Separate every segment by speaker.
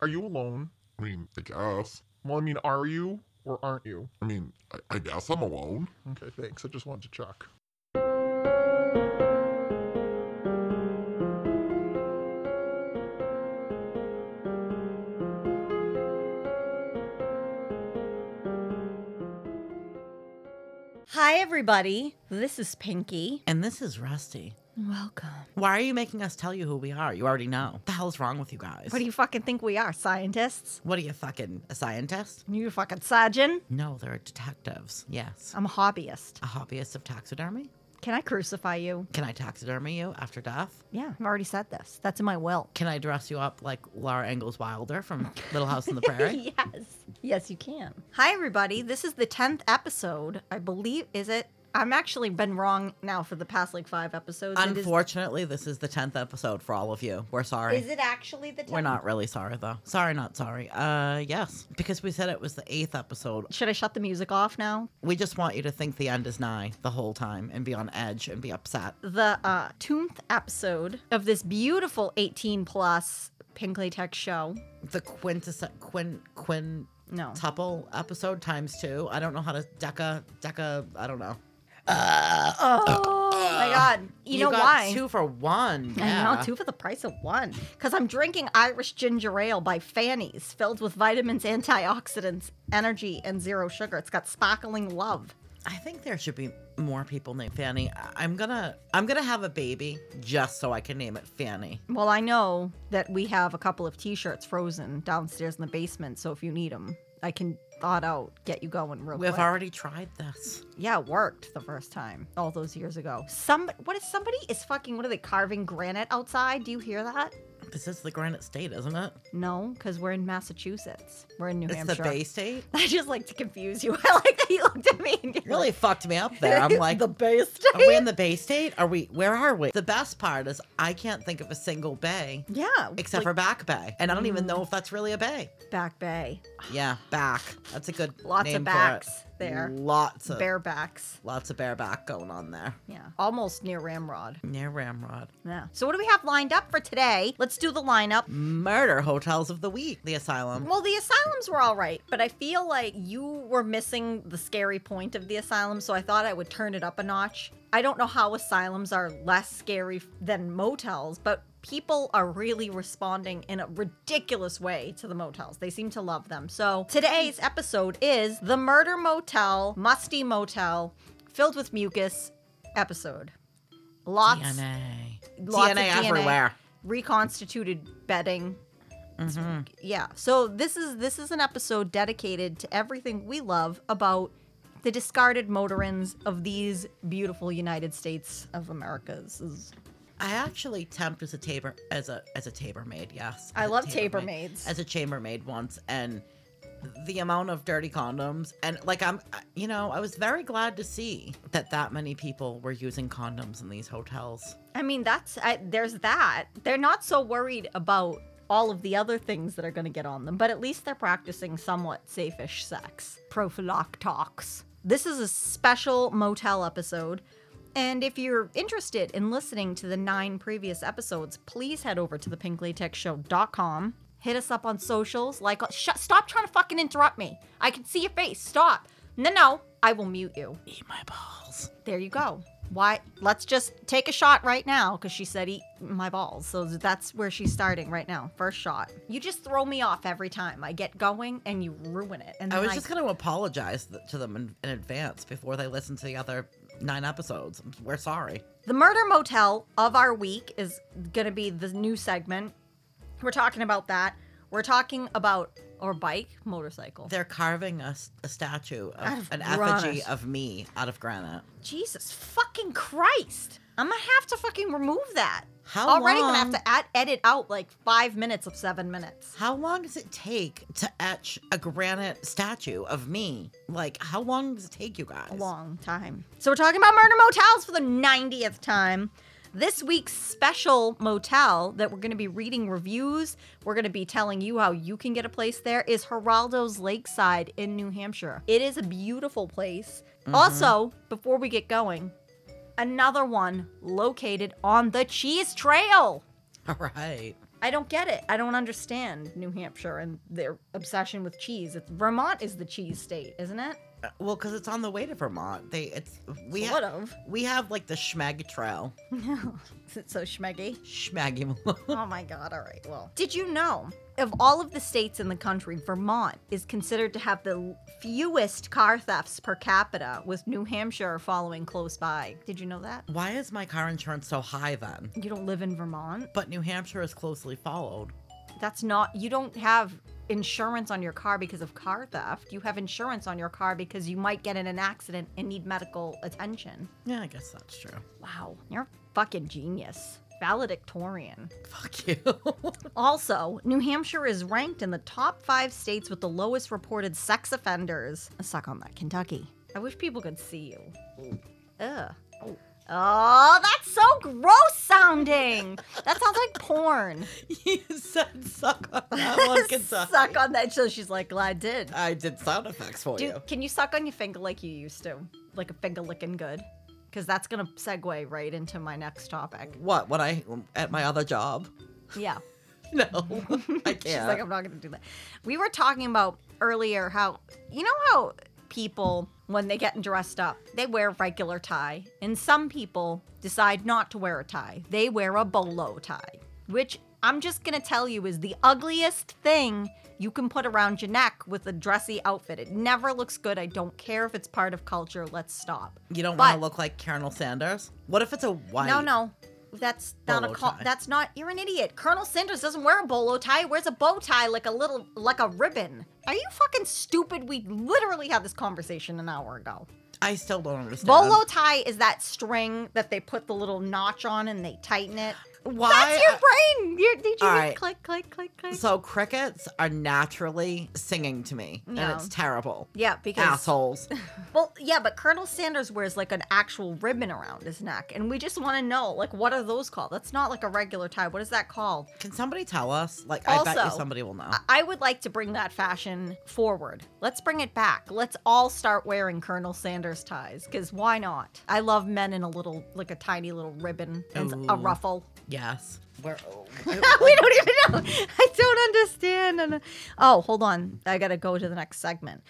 Speaker 1: Are you alone?
Speaker 2: I mean, I guess.
Speaker 1: Well, I mean, are you or aren't you?
Speaker 2: I mean, I, I guess I'm alone.
Speaker 1: Okay, thanks. I just wanted to check.
Speaker 3: Hi, everybody. This is Pinky.
Speaker 4: And this is Rusty.
Speaker 3: Welcome.
Speaker 4: Why are you making us tell you who we are? You already know. What the hell's wrong with you guys?
Speaker 3: What do you fucking think we are, scientists?
Speaker 4: What are you fucking a scientist?
Speaker 3: You fucking surgeon?
Speaker 4: No, they're detectives. Yes.
Speaker 3: I'm a hobbyist.
Speaker 4: A hobbyist of taxidermy?
Speaker 3: Can I crucify you?
Speaker 4: Can I taxidermy you after death?
Speaker 3: Yeah, I've already said this. That's in my will.
Speaker 4: Can I dress you up like Laura Ingalls Wilder from Little House on the Prairie?
Speaker 3: yes. Yes, you can. Hi, everybody. This is the 10th episode. I believe, is it? I'm actually been wrong now for the past like five episodes. It is-
Speaker 4: Unfortunately, this is the 10th episode for all of you. We're sorry.
Speaker 3: Is it actually the 10th?
Speaker 4: We're not really sorry though. Sorry, not sorry. Uh, yes, because we said it was the eighth episode.
Speaker 3: Should I shut the music off now?
Speaker 4: We just want you to think the end is nigh the whole time and be on edge and be upset.
Speaker 3: The uh, 10th episode of this beautiful 18 plus Pinkley Tech show.
Speaker 4: The quintessential quin quin
Speaker 3: No.
Speaker 4: tuple episode times two. I don't know how to deca deca. I don't know.
Speaker 3: Oh my god! You, know
Speaker 4: got
Speaker 3: why?
Speaker 4: Two for one.
Speaker 3: I
Speaker 4: Yeah.
Speaker 3: know two for the price of one. Because I'm drinking Irish ginger ale by Fanny's, filled with vitamins, antioxidants, energy, and zero sugar. It's got sparkling love.
Speaker 4: I think there should be more people named Fanny. I- I'm gonna I'm gonna have a baby just so I can name it Fanny.
Speaker 3: Well, I know that we have a couple of T-shirts frozen downstairs in the basement, so if you need them, I can thaw it out, get you going real
Speaker 4: We've
Speaker 3: quick.
Speaker 4: already tried this.
Speaker 3: yeah, it worked the first time all those years ago. Some what is somebody is fucking what are they carving granite outside? Do you hear that?
Speaker 4: This is the Granite State, isn't it?
Speaker 3: No, because we're in Massachusetts. We're in New
Speaker 4: It's
Speaker 3: Hampshire.
Speaker 4: the Bay State.
Speaker 3: I just like to confuse you. I like that you looked at me and you're
Speaker 4: Really fucked me up there. I'm like,
Speaker 3: the best.
Speaker 4: are we in the Bay State? Are we? Where are we? The best part is I can't think of a single bay
Speaker 3: Yeah.
Speaker 4: except for Back Bay, and I don't even
Speaker 3: Mm.
Speaker 4: know if that's really a bay.
Speaker 3: for Back Bay.
Speaker 4: Yeah, back. That's a good
Speaker 3: Lots of
Speaker 4: name for it.
Speaker 3: backs there.
Speaker 4: Lots of
Speaker 3: Barebacks.
Speaker 4: lots of bareback going on there
Speaker 3: Yeah. Almost near Ramrod.
Speaker 4: near Ramrod.
Speaker 3: Yeah. So what do we have lined up for today? Let's do the lineup.
Speaker 4: Murder hotels of the week. The asylum.
Speaker 3: Well, the asylums were all right, but I feel like you were missing the scary point of the asylum, so I thought I would turn it up a notch. I don't know how asylums are less scary than motels, but people are really responding in a ridiculous way to the motels. They seem to love them. So today's episode is the Murder Motel, Musty Motel, filled with mucus episode. Lots,
Speaker 4: DNA.
Speaker 3: lots of
Speaker 4: DNA
Speaker 3: DNA,
Speaker 4: everywhere.
Speaker 3: reconstituted bedding. It's- Yeah. So this is this is an episode dedicated to everything we love about the discarded motorins of these beautiful United States of America's.
Speaker 4: I actually temped as a tabor as a as a tailor-made. Yes,
Speaker 3: I
Speaker 4: as a
Speaker 3: love
Speaker 4: tailor-made-
Speaker 3: tailor-maids.
Speaker 4: As a chambermaid once, and the amount of dirty condoms and like I'm, uh, you know, I was very glad to see that that many people were using condoms in these hotels.
Speaker 3: I mean, that's I, there's that. They're not so worried about all of the other things that are going to get on them, but at least they're practicing somewhat safe-ish sex. Prophylactox. This is a special motel episode. And if you're interested in listening to the nine previous episodes, please head over to thepinkleytechshow.com. Hit us up on socials. Like, sh- stop trying to fucking interrupt me. I can see your face. Stop. No, no, I will mute you.
Speaker 4: Eat my balls.
Speaker 3: There you go. Why? Let's just take a shot right now because she said eat my balls. So that's where she's starting right now. First shot. You just throw me off every time. I get going and you ruin it. And
Speaker 4: I
Speaker 3: then
Speaker 4: was just going to apologize th- to them in, in advance before they listen to the other nine episodes. I'm- We're sorry.
Speaker 3: the murder motel of our week is gonna be the new segment. We're talking about that. We're talking about or bike, motorcycle.
Speaker 4: They're carving a, s- a statue,
Speaker 3: Out
Speaker 4: of,
Speaker 3: of
Speaker 4: an effigy
Speaker 3: granite.
Speaker 4: of me out of granite.
Speaker 3: Jesus fucking Christ! I'm gonna have to fucking remove that.
Speaker 4: How
Speaker 3: Already gonna have
Speaker 4: long-
Speaker 3: to add, edit out like five minutes of seven minutes.
Speaker 4: How long does it take to etch a granite statue of me? Like, how long does it take you guys?
Speaker 3: a long time. So we're talking about murder motels for the 90th time. This week's special motel that we're going to be reading reviews, we're going to be telling you how you can get a place there is Geraldo's Lakeside in New Hampshire. It is a beautiful place. Also, before we get going, another one located on the Cheese Trail.
Speaker 4: All right.
Speaker 3: I don't get it. I don't understand New Hampshire and their obsession with cheese. It's, Vermont is the cheese state, isn't it?
Speaker 4: Uh, Well, because it's on the way to Vermont. They it's we
Speaker 3: sort
Speaker 4: have
Speaker 3: of.
Speaker 4: we have like the schmag trail.
Speaker 3: Is it so schmeggy?
Speaker 4: Schmaggy.
Speaker 3: oh my god, all right. Well, did you know of all of the states in the country, Vermont is considered to have the fewest car thefts per capita, with New Hampshire following close by. Did you know that?
Speaker 4: Why is my car insurance so high then?
Speaker 3: You don't live in Vermont?
Speaker 4: But New Hampshire is closely followed.
Speaker 3: That's not you don't have insurance on your car because of car theft. You have insurance on your car because you might get in an accident and need medical attention.
Speaker 4: Yeah, I guess that's true.
Speaker 3: Wow, you're a fucking genius. Valedictorian.
Speaker 4: Fuck you.
Speaker 3: Also, New Hampshire is ranked in the top five states with the lowest reported sex offenders. Suck on that, Kentucky. I wish people could see you. Ugh. Oh, that's so gross sounding. That sounds like porn.
Speaker 4: you said suck on that one, Kentucky.
Speaker 3: Suck on that. So she's like, "Well, I did.
Speaker 4: I did sound effects for
Speaker 3: Do,
Speaker 4: you.
Speaker 3: can you suck on your finger like you used to? Like a finger licking good? Because that's going to segue right into my next topic.
Speaker 4: What? When I at my other job?
Speaker 3: Yeah.
Speaker 4: No, I can't.
Speaker 3: She's like, I'm not going to do that. We were talking about earlier how, you know, how people, when they get dressed up, they wear a regular tie. And some people decide not to wear a tie, they wear a bolo tie, which I'm just going to tell you is the ugliest thing you can put around your neck with a dressy outfit. It never looks good. I don't care if it's part of culture. Let's stop.
Speaker 4: you don't want to
Speaker 3: but-
Speaker 4: look like Colonel Sanders. What if it's a white?
Speaker 3: No, no. That's not
Speaker 4: Bolo
Speaker 3: a call.
Speaker 4: tie.
Speaker 3: That's not. You're an idiot. Colonel Sanders doesn't wear a bolo tie. He wears a bow tie like a little, like a ribbon. Are you fucking stupid? We literally had this conversation an hour ago.
Speaker 4: I still don't understand.
Speaker 3: Bolo tie is that string that they put the little notch on and they tighten it.
Speaker 4: Why?
Speaker 3: That's your brain. You're, did you just
Speaker 4: All right.
Speaker 3: click, click, click, click?
Speaker 4: uh, So crickets are naturally singing to me, and
Speaker 3: Yeah.
Speaker 4: it's terrible.
Speaker 3: yeah, because
Speaker 4: Assholes.
Speaker 3: well, yeah, but Colonel Sanders wears like an actual ribbon around his neck, and we just want to know, like, what are those called? That's not like a regular tie. What is that called?
Speaker 4: Can somebody tell us? Like, I bet you
Speaker 3: Also-
Speaker 4: somebody will know.
Speaker 3: I- I would like to bring that fashion forward. Let's bring it back. Let's all start wearing Colonel Sanders ties, because why not? I love men in a little, like a tiny little ribbon and a
Speaker 4: Ooh.
Speaker 3: ruffle.
Speaker 4: yes. We're,
Speaker 3: we don't even know. I don't understand. And- Oh, hold on. I got to go to the next segment.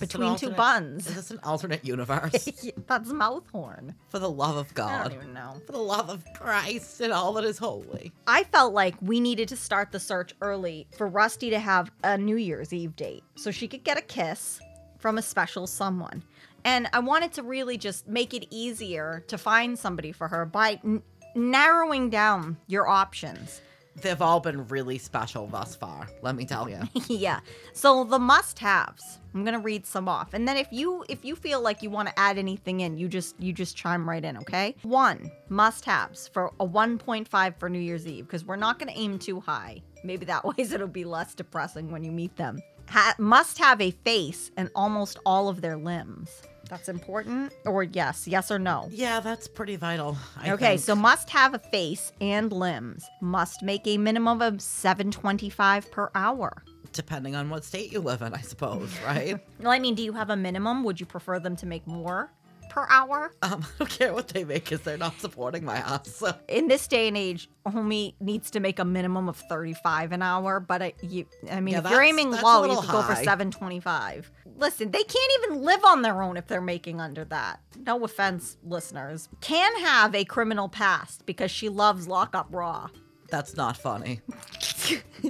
Speaker 3: Between two
Speaker 4: alternate- is
Speaker 3: buns.
Speaker 4: this an alternate universe?
Speaker 3: That's mouth horn.
Speaker 4: For the love of
Speaker 3: I
Speaker 4: God.
Speaker 3: don't even know.
Speaker 4: For the love of Christ and all that is holy.
Speaker 3: I felt like we needed to start the search early for Rusty to have a New Year's Eve date so she could get a kiss from a special someone. And I wanted to really just make it easier to find somebody for her by n- narrowing down your options.
Speaker 4: They've all been really special thus far, let me tell you.
Speaker 3: yeah. So the must-haves. I'm going to read some off. And then if you if you feel like you want to add anything in, you just you just chime right in, okay? 1. Must-haves for a 1.5 for New Year's Eve because we're not going to aim too high. Maybe that ways it'll be less depressing when you meet them. Ha- must have a face and almost all of their limbs. That's important or yes, yes or no.
Speaker 4: Yeah, that's pretty vital. I
Speaker 3: okay,
Speaker 4: think.
Speaker 3: so must have a face and limbs. Must make a minimum of 725 per hour.
Speaker 4: depending on what state you live in, I suppose, right?
Speaker 3: Well, I mean, do you have a minimum? Would you prefer them to make more per hour?
Speaker 4: um, I don't care what they make because they're not supporting my ass. So
Speaker 3: In this day and age, a homie needs to make a minimum of thirty-five an hour. But I, you, I mean,
Speaker 4: Yeah,
Speaker 3: if you're
Speaker 4: that's-
Speaker 3: aiming
Speaker 4: that's a
Speaker 3: low, you
Speaker 4: little
Speaker 3: could go for
Speaker 4: high.
Speaker 3: seven twenty-five. Listen, they can't even live on their own if they're making under that. No offense, listeners. Can have a criminal past because she loves lockup raw.
Speaker 4: that's not funny.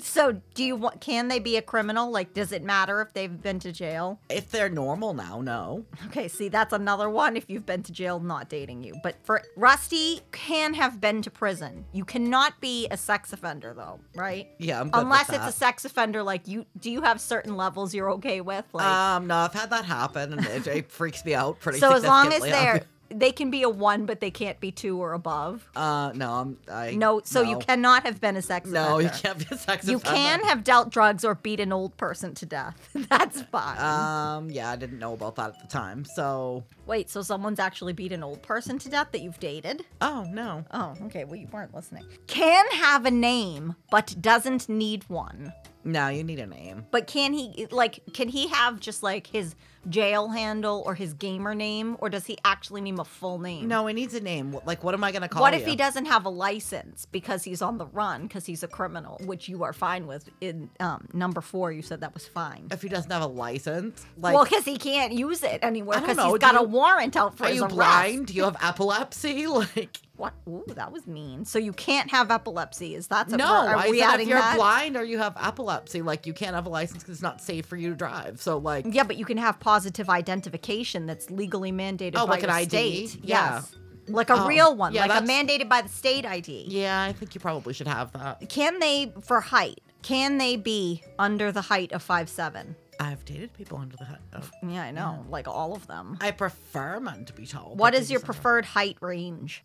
Speaker 3: so, do you want? Can they be a criminal? Like, does it matter if they've been to jail?
Speaker 4: If they're normal now, no.
Speaker 3: Okay, see, that's another one. If you've been to jail, not dating you. But for Rusty, can have been to prison. You cannot be a sex offender, though, right?
Speaker 4: Yeah, I'm good
Speaker 3: Unless
Speaker 4: with
Speaker 3: it's a
Speaker 4: that.
Speaker 3: sex offender, like you do you have certain levels you're okay with? Like,
Speaker 4: Um, no, I've had that happen, and it, it freaks me out pretty.
Speaker 3: so as long as
Speaker 4: significantly.
Speaker 3: they're they can be a one, but they can't be two or above.
Speaker 4: uh, no, I'm, I
Speaker 3: No, so you
Speaker 4: no.
Speaker 3: cannot have been a sex offender.
Speaker 4: No, you can't be a sex
Speaker 3: You
Speaker 4: offender. Uh,
Speaker 3: can have dealt drugs or beat an old person to death. That's fine.
Speaker 4: Um, yeah, I didn't know about that at the time. So,
Speaker 3: Wait, so someone's actually beat an old person to death that you've dated?
Speaker 4: oh no,
Speaker 3: Oh, okay. Well, you weren't listening. Can have a name, but doesn't need one.
Speaker 4: No, you need a name.
Speaker 3: But can he like can he have just like his jail handle or his gamer name or does he actually name a full name?
Speaker 4: No, Oh, it needs a name. Wh- Like, what am I gonna call
Speaker 3: What if
Speaker 4: you?
Speaker 3: he doesn't have a license because he's on the run because he's a criminal, which you are fine with in um, number four. You said that was fine.
Speaker 4: If he doesn't have a license, like,
Speaker 3: well, because he can't use it anywhere
Speaker 4: I don't
Speaker 3: because
Speaker 4: know,
Speaker 3: he's
Speaker 4: do
Speaker 3: got a
Speaker 4: you-
Speaker 3: warrant out for
Speaker 4: are
Speaker 3: his
Speaker 4: you
Speaker 3: arrest.
Speaker 4: blind? Do you have epilepsy? Like,
Speaker 3: What? Ooh, that was mean. So you can't have epilepsy. Is that
Speaker 4: no.
Speaker 3: Are
Speaker 4: I
Speaker 3: we
Speaker 4: said
Speaker 3: adding
Speaker 4: if you're
Speaker 3: that?
Speaker 4: blind or you have epilepsy, like, you can't have a license because it's not safe for you to drive. So, like,
Speaker 3: Yeah, but you can have positive identification that's legally mandated
Speaker 4: Oh,
Speaker 3: by
Speaker 4: like
Speaker 3: your
Speaker 4: an ID?
Speaker 3: state.
Speaker 4: Yeah.
Speaker 3: Yes. Like a
Speaker 4: Oh,
Speaker 3: real one,
Speaker 4: yeah,
Speaker 3: like a
Speaker 4: that's-
Speaker 3: mandated by the state ID.
Speaker 4: yeah, I think you probably should have that.
Speaker 3: Can they for height? Can they be under the height of five seven?
Speaker 4: I've dated people under the hut. Oh.
Speaker 3: Yeah, I know. Like all of them.
Speaker 4: I prefer men to be tall.
Speaker 3: What
Speaker 4: but
Speaker 3: is your
Speaker 4: these are-
Speaker 3: preferred height range?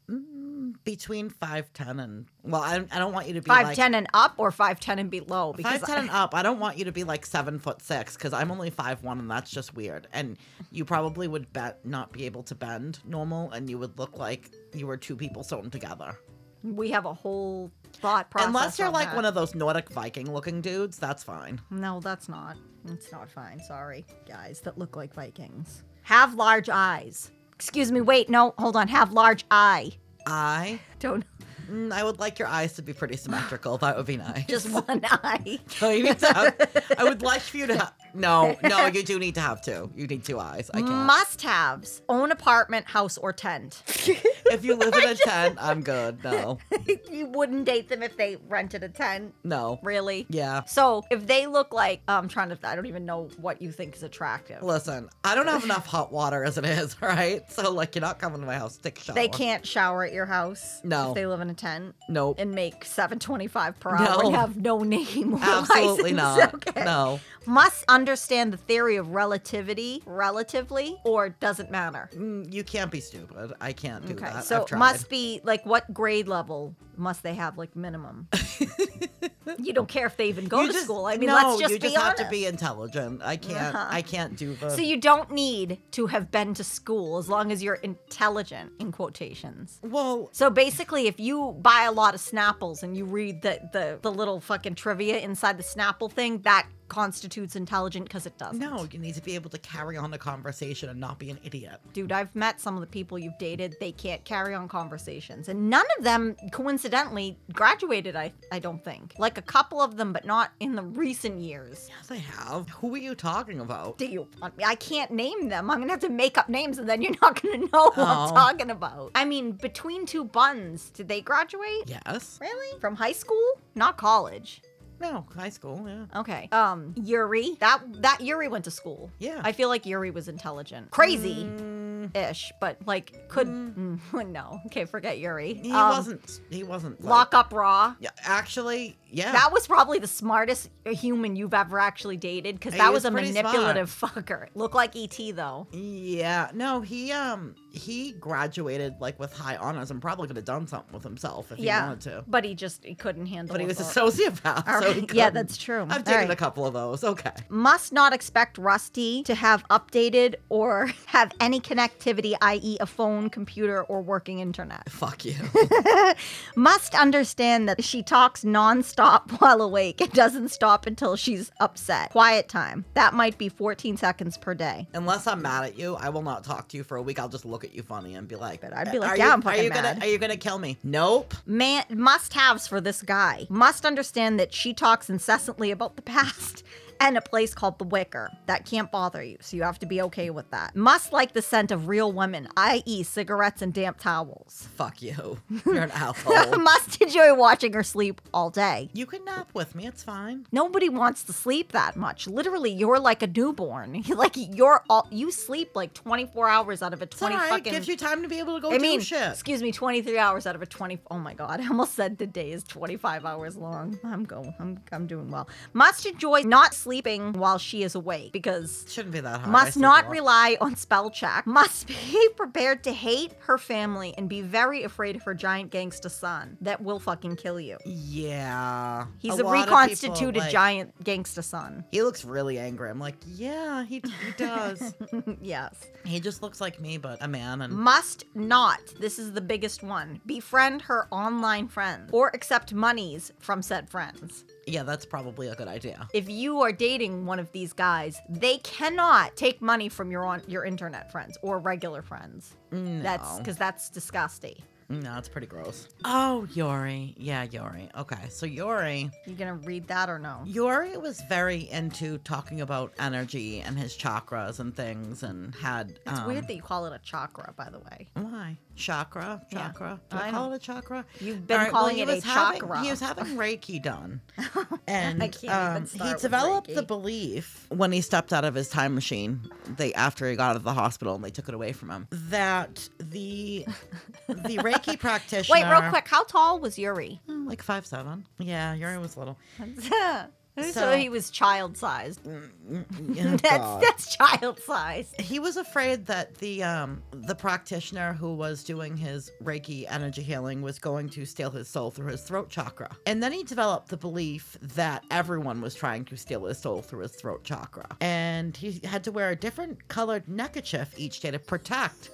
Speaker 4: between five ten and well, I, I don't want you to be
Speaker 3: Five
Speaker 4: like,
Speaker 3: ten and up or five ten and below? Because
Speaker 4: Five ten and up. I don't want you to be like seven foot six because I'm only five one, and that's just weird. And you probably would bet not be able to bend normal, and you would look like you were two people sewn together.
Speaker 3: we have a whole thought process.
Speaker 4: Unless you're
Speaker 3: on
Speaker 4: like
Speaker 3: that.
Speaker 4: one of those Nordic Viking looking dudes, that's fine.
Speaker 3: No, that's not. It's not fine. Sorry, guys that look like Vikings. Have large eyes. Excuse me. Wait, no. Hold on. Have large eye.
Speaker 4: I,
Speaker 3: Don't
Speaker 4: mm, I would like your eyes to be pretty symmetrical. That would be nice.
Speaker 3: just one eye.
Speaker 4: No, you need to have, I would like for you to. Ha- no, no, you do need to have two. You need two eyes. I can't.
Speaker 3: Must-haves: own apartment, house, or tent.
Speaker 4: if you live in a tent, I'm good. No,
Speaker 3: you wouldn't date them if they rented a tent,
Speaker 4: no.
Speaker 3: really.
Speaker 4: Yeah.
Speaker 3: So if they look like I'm trying to, I don't even know what you think is attractive.
Speaker 4: Listen, I don't have enough hot water as it is, all right? So, like, you're not coming to my house. Take a shower.
Speaker 3: they can't shower at your house.
Speaker 4: No.
Speaker 3: if they live in a tent
Speaker 4: Nope.
Speaker 3: and make seven twenty-five per hour and
Speaker 4: No.
Speaker 3: have no name. Or
Speaker 4: Absolutely
Speaker 3: license.
Speaker 4: not.
Speaker 3: Okay.
Speaker 4: No.
Speaker 3: Must understand the theory of relativity, relatively, or doesn't matter.
Speaker 4: Mm, You can't be stupid. I can't do
Speaker 3: Okay,
Speaker 4: that.
Speaker 3: so
Speaker 4: I've tried.
Speaker 3: must be like what grade level must they have like minimum? you don't care if they even go
Speaker 4: You
Speaker 3: to
Speaker 4: just-
Speaker 3: school. I mean,
Speaker 4: no,
Speaker 3: let's just
Speaker 4: you
Speaker 3: be
Speaker 4: just have
Speaker 3: honest.
Speaker 4: to be intelligent. I can't.
Speaker 3: Uh-huh.
Speaker 4: I can't do the.
Speaker 3: so you don't need to have been to school as long as you're intelligent in quotations.
Speaker 4: well,
Speaker 3: So basically, if you buy a lot of Snapples and you read the the, the little fucking trivia inside the Snapple thing, that constitutes intelligent because it doesn't.
Speaker 4: no. You need to be able to carry on a conversation and not be an idiot.
Speaker 3: Dude, I've met some of the people you've dated. They can't carry on conversations. And none of them, coincidentally, graduated, I, I don't think. Like a couple of them, but not in the recent years.
Speaker 4: Yes, I have. Who are you talking about?
Speaker 3: Do you want me? I can't name them. I'm going to have to make up names and then you're not going to know what I'm
Speaker 4: Oh.
Speaker 3: talking about. I mean, between two buns, did they graduate?
Speaker 4: Yes.
Speaker 3: Really? From high school? Not college.
Speaker 4: No. High school. Yeah.
Speaker 3: Okay. Um, Yuri. That that Yuri went to school.
Speaker 4: Yeah.
Speaker 3: I feel like Yuri was intelligent. Crazy.
Speaker 4: Mm,
Speaker 3: ish, but like could mm, no. Okay, forget Yuri.
Speaker 4: he
Speaker 3: Um,
Speaker 4: wasn't. He wasn't. like-
Speaker 3: Lock up raw.
Speaker 4: Yeah, actually, yeah.
Speaker 3: That was probably the smartest human you've ever actually dated because
Speaker 4: He
Speaker 3: that was, a
Speaker 4: was pretty
Speaker 3: manipulative fucker. Looked like ET though.
Speaker 4: Yeah, no, he um he graduated like with high honors and probably could have done something with himself if
Speaker 3: Yeah.
Speaker 4: he wanted to.
Speaker 3: But he just he couldn't handle.
Speaker 4: But he was a
Speaker 3: authority.
Speaker 4: sociopath.
Speaker 3: All
Speaker 4: so he
Speaker 3: right. Yeah,
Speaker 4: couldn't.
Speaker 3: that's true. All
Speaker 4: I've dated
Speaker 3: right.
Speaker 4: a couple of those. Okay.
Speaker 3: Must not expect Rusty to have updated or have any connectivity, i.e., a phone, computer, or working internet.
Speaker 4: Fuck you.
Speaker 3: Must understand that she talks nonstop while awake and doesn't stop until she's upset. Quiet time. That might be 14 seconds per day.
Speaker 4: Unless I'm mad at you, I will not talk to you for a week. I'll just look at you funny and be like,
Speaker 3: But I'd be like,
Speaker 4: are
Speaker 3: yeah,
Speaker 4: you,
Speaker 3: I'm
Speaker 4: are
Speaker 3: fucking
Speaker 4: you gonna
Speaker 3: mad.
Speaker 4: are you gonna kill me? Nope.
Speaker 3: Man, must haves for this guy. Must understand that she talks incessantly about the past and a place called the Wicker. That can't bother you, so you have to be okay with that. Must like the scent of real women, i.e., cigarettes and damp towels.
Speaker 4: Fuck you. You're an asshole.
Speaker 3: Must enjoy watching her sleep all day.
Speaker 4: You can nap with me. It's fine.
Speaker 3: Nobody wants to sleep that much. Literally, you're like a newborn. like you're all you sleep like 24 hours out of a
Speaker 4: It's
Speaker 3: 20
Speaker 4: alright.
Speaker 3: fucking.
Speaker 4: Gives you time to be able to go
Speaker 3: I
Speaker 4: do
Speaker 3: mean,
Speaker 4: shit.
Speaker 3: excuse me, 23 hours out of a 20. Oh my god, I almost said the day is 25 hours long. I'm going. I'm I'm doing well. Must enjoy not sleeping while she is awake because
Speaker 4: Shouldn't be that hard. I
Speaker 3: must
Speaker 4: sleep
Speaker 3: not
Speaker 4: well.
Speaker 3: rely on spell check. Must be prepared to hate her family and be very afraid of her giant gangsta son that will fucking kill you.
Speaker 4: Yeah.
Speaker 3: He's a,
Speaker 4: lot of people,
Speaker 3: reconstituted
Speaker 4: like-
Speaker 3: giant gangsta son.
Speaker 4: He looks really angry. I'm like, yeah, he, he does.
Speaker 3: Mm, yes.
Speaker 4: he just looks like me, but a man. And
Speaker 3: Must not, this is the biggest one, befriend her online friends or accept monies from said friends.
Speaker 4: Yeah, that's probably a good idea.
Speaker 3: If you are dating one of these guys, they cannot take money from your on your internet friends or regular friends. That's
Speaker 4: No.
Speaker 3: because that's disgusting.
Speaker 4: No, it's Mm, pretty gross. Oh, Yori. Yeah, Yori. Okay, so Yori.
Speaker 3: You gonna read that or no?
Speaker 4: Yori was very into talking about energy and his chakras and things and had.
Speaker 3: It's
Speaker 4: um,
Speaker 3: weird that you call it a chakra, by the way.
Speaker 4: Why? Chakra?
Speaker 3: Yeah,
Speaker 4: Chakra? Do
Speaker 3: I
Speaker 4: I call
Speaker 3: know.
Speaker 4: it a chakra?
Speaker 3: You've been
Speaker 4: All right, well,
Speaker 3: calling
Speaker 4: he
Speaker 3: it a
Speaker 4: was having-
Speaker 3: chakra.
Speaker 4: He was having Reiki done. And
Speaker 3: I can't even
Speaker 4: um,
Speaker 3: start
Speaker 4: he
Speaker 3: with
Speaker 4: developed the
Speaker 3: Reiki.
Speaker 4: belief when he stepped out of his time machine, they after he got out of the hospital and they took it away from him, that the the Reiki practitioner
Speaker 3: Wait, real quick, how tall was Yuri?
Speaker 4: Mm, like five seven. Yeah, Yuri was little.
Speaker 3: so,
Speaker 4: So-
Speaker 3: he was child sized.
Speaker 4: Yeah,
Speaker 3: That's
Speaker 4: God.
Speaker 3: that's child sized.
Speaker 4: he was afraid that the um the practitioner who was doing his reiki energy healing was going to steal his soul through his throat chakra and then he developed the belief that everyone was trying to steal his soul through his throat chakra and he had to wear a different colored neckerchief each day to protect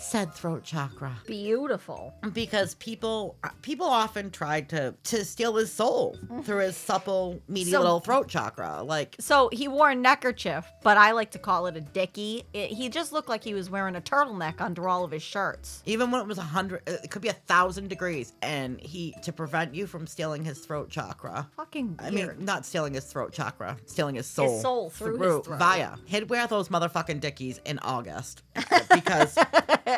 Speaker 4: said throat chakra
Speaker 3: Beautiful.
Speaker 4: because people people often tried to to steal his soul through his supple meaty
Speaker 3: So-
Speaker 4: little throat chakra like
Speaker 3: So he wore a neckerchief, but I like to call it a dickie. It, he just looked like he was wearing a turtleneck under all of his shirts.
Speaker 4: even when it was a hundred it could be a thousand degrees and he to prevent you from stealing his throat chakra
Speaker 3: Fucking
Speaker 4: I
Speaker 3: weird.
Speaker 4: mean, not stealing his throat chakra, stealing his soul.
Speaker 3: soul through his throat.
Speaker 4: Via. He'd wear those motherfucking dickies in August because,
Speaker 3: Dickie.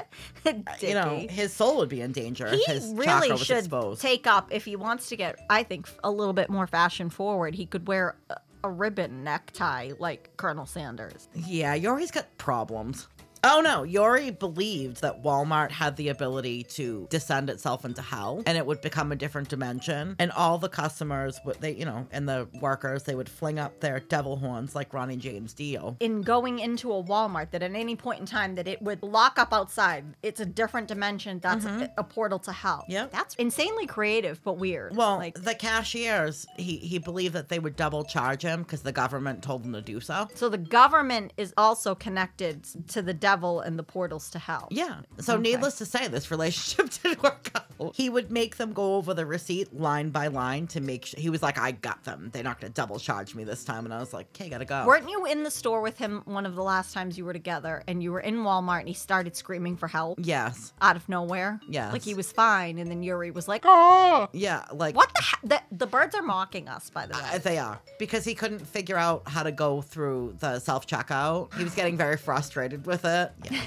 Speaker 4: uh, you know, his soul would be in danger if
Speaker 3: he
Speaker 4: his chakra
Speaker 3: really
Speaker 4: was
Speaker 3: should
Speaker 4: exposed.
Speaker 3: take up if he wants to get i think a little bit more fashion forward he could wear a, a ribbon necktie like colonel sanders
Speaker 4: yeah, Yori's got problems. Oh no, Yori believed that Walmart had the ability to descend itself into hell and it would become a different dimension. And all the customers would, they, you know, and the workers, they would fling up their devil horns like Ronnie James Dio.
Speaker 3: in going into a walmart that at any point in time that it would lock up outside it's a different dimension that's a, a portal to hell
Speaker 4: Mm-hmm. Yep.
Speaker 3: that's insanely creative but weird
Speaker 4: Well,
Speaker 3: like
Speaker 4: the cashiers, he, he believed that they would double charge him because the government told them to do so.
Speaker 3: so the government is also connected to the devil and the portals to hell
Speaker 4: Yeah. So,
Speaker 3: Okay.
Speaker 4: needless to say, this relationship didn't work out. He would make them go over the receipt line by line to make sure. He was like, I got them. They're not going to double charge me this time. And I was like, okay, gotta go.
Speaker 3: Weren't you in the store with him one of the last times you were together and you were in Walmart and he started screaming for help?
Speaker 4: yes.
Speaker 3: out of nowhere.
Speaker 4: Yes.
Speaker 3: Like he was fine, and then Yuri was like, "Oh,
Speaker 4: Yeah. Like,
Speaker 3: what the? he- The, the birds are mocking us, by the way.
Speaker 4: Uh, they are because he couldn't figure out how to go through the self checkout. He was getting very frustrated with it. Yeah.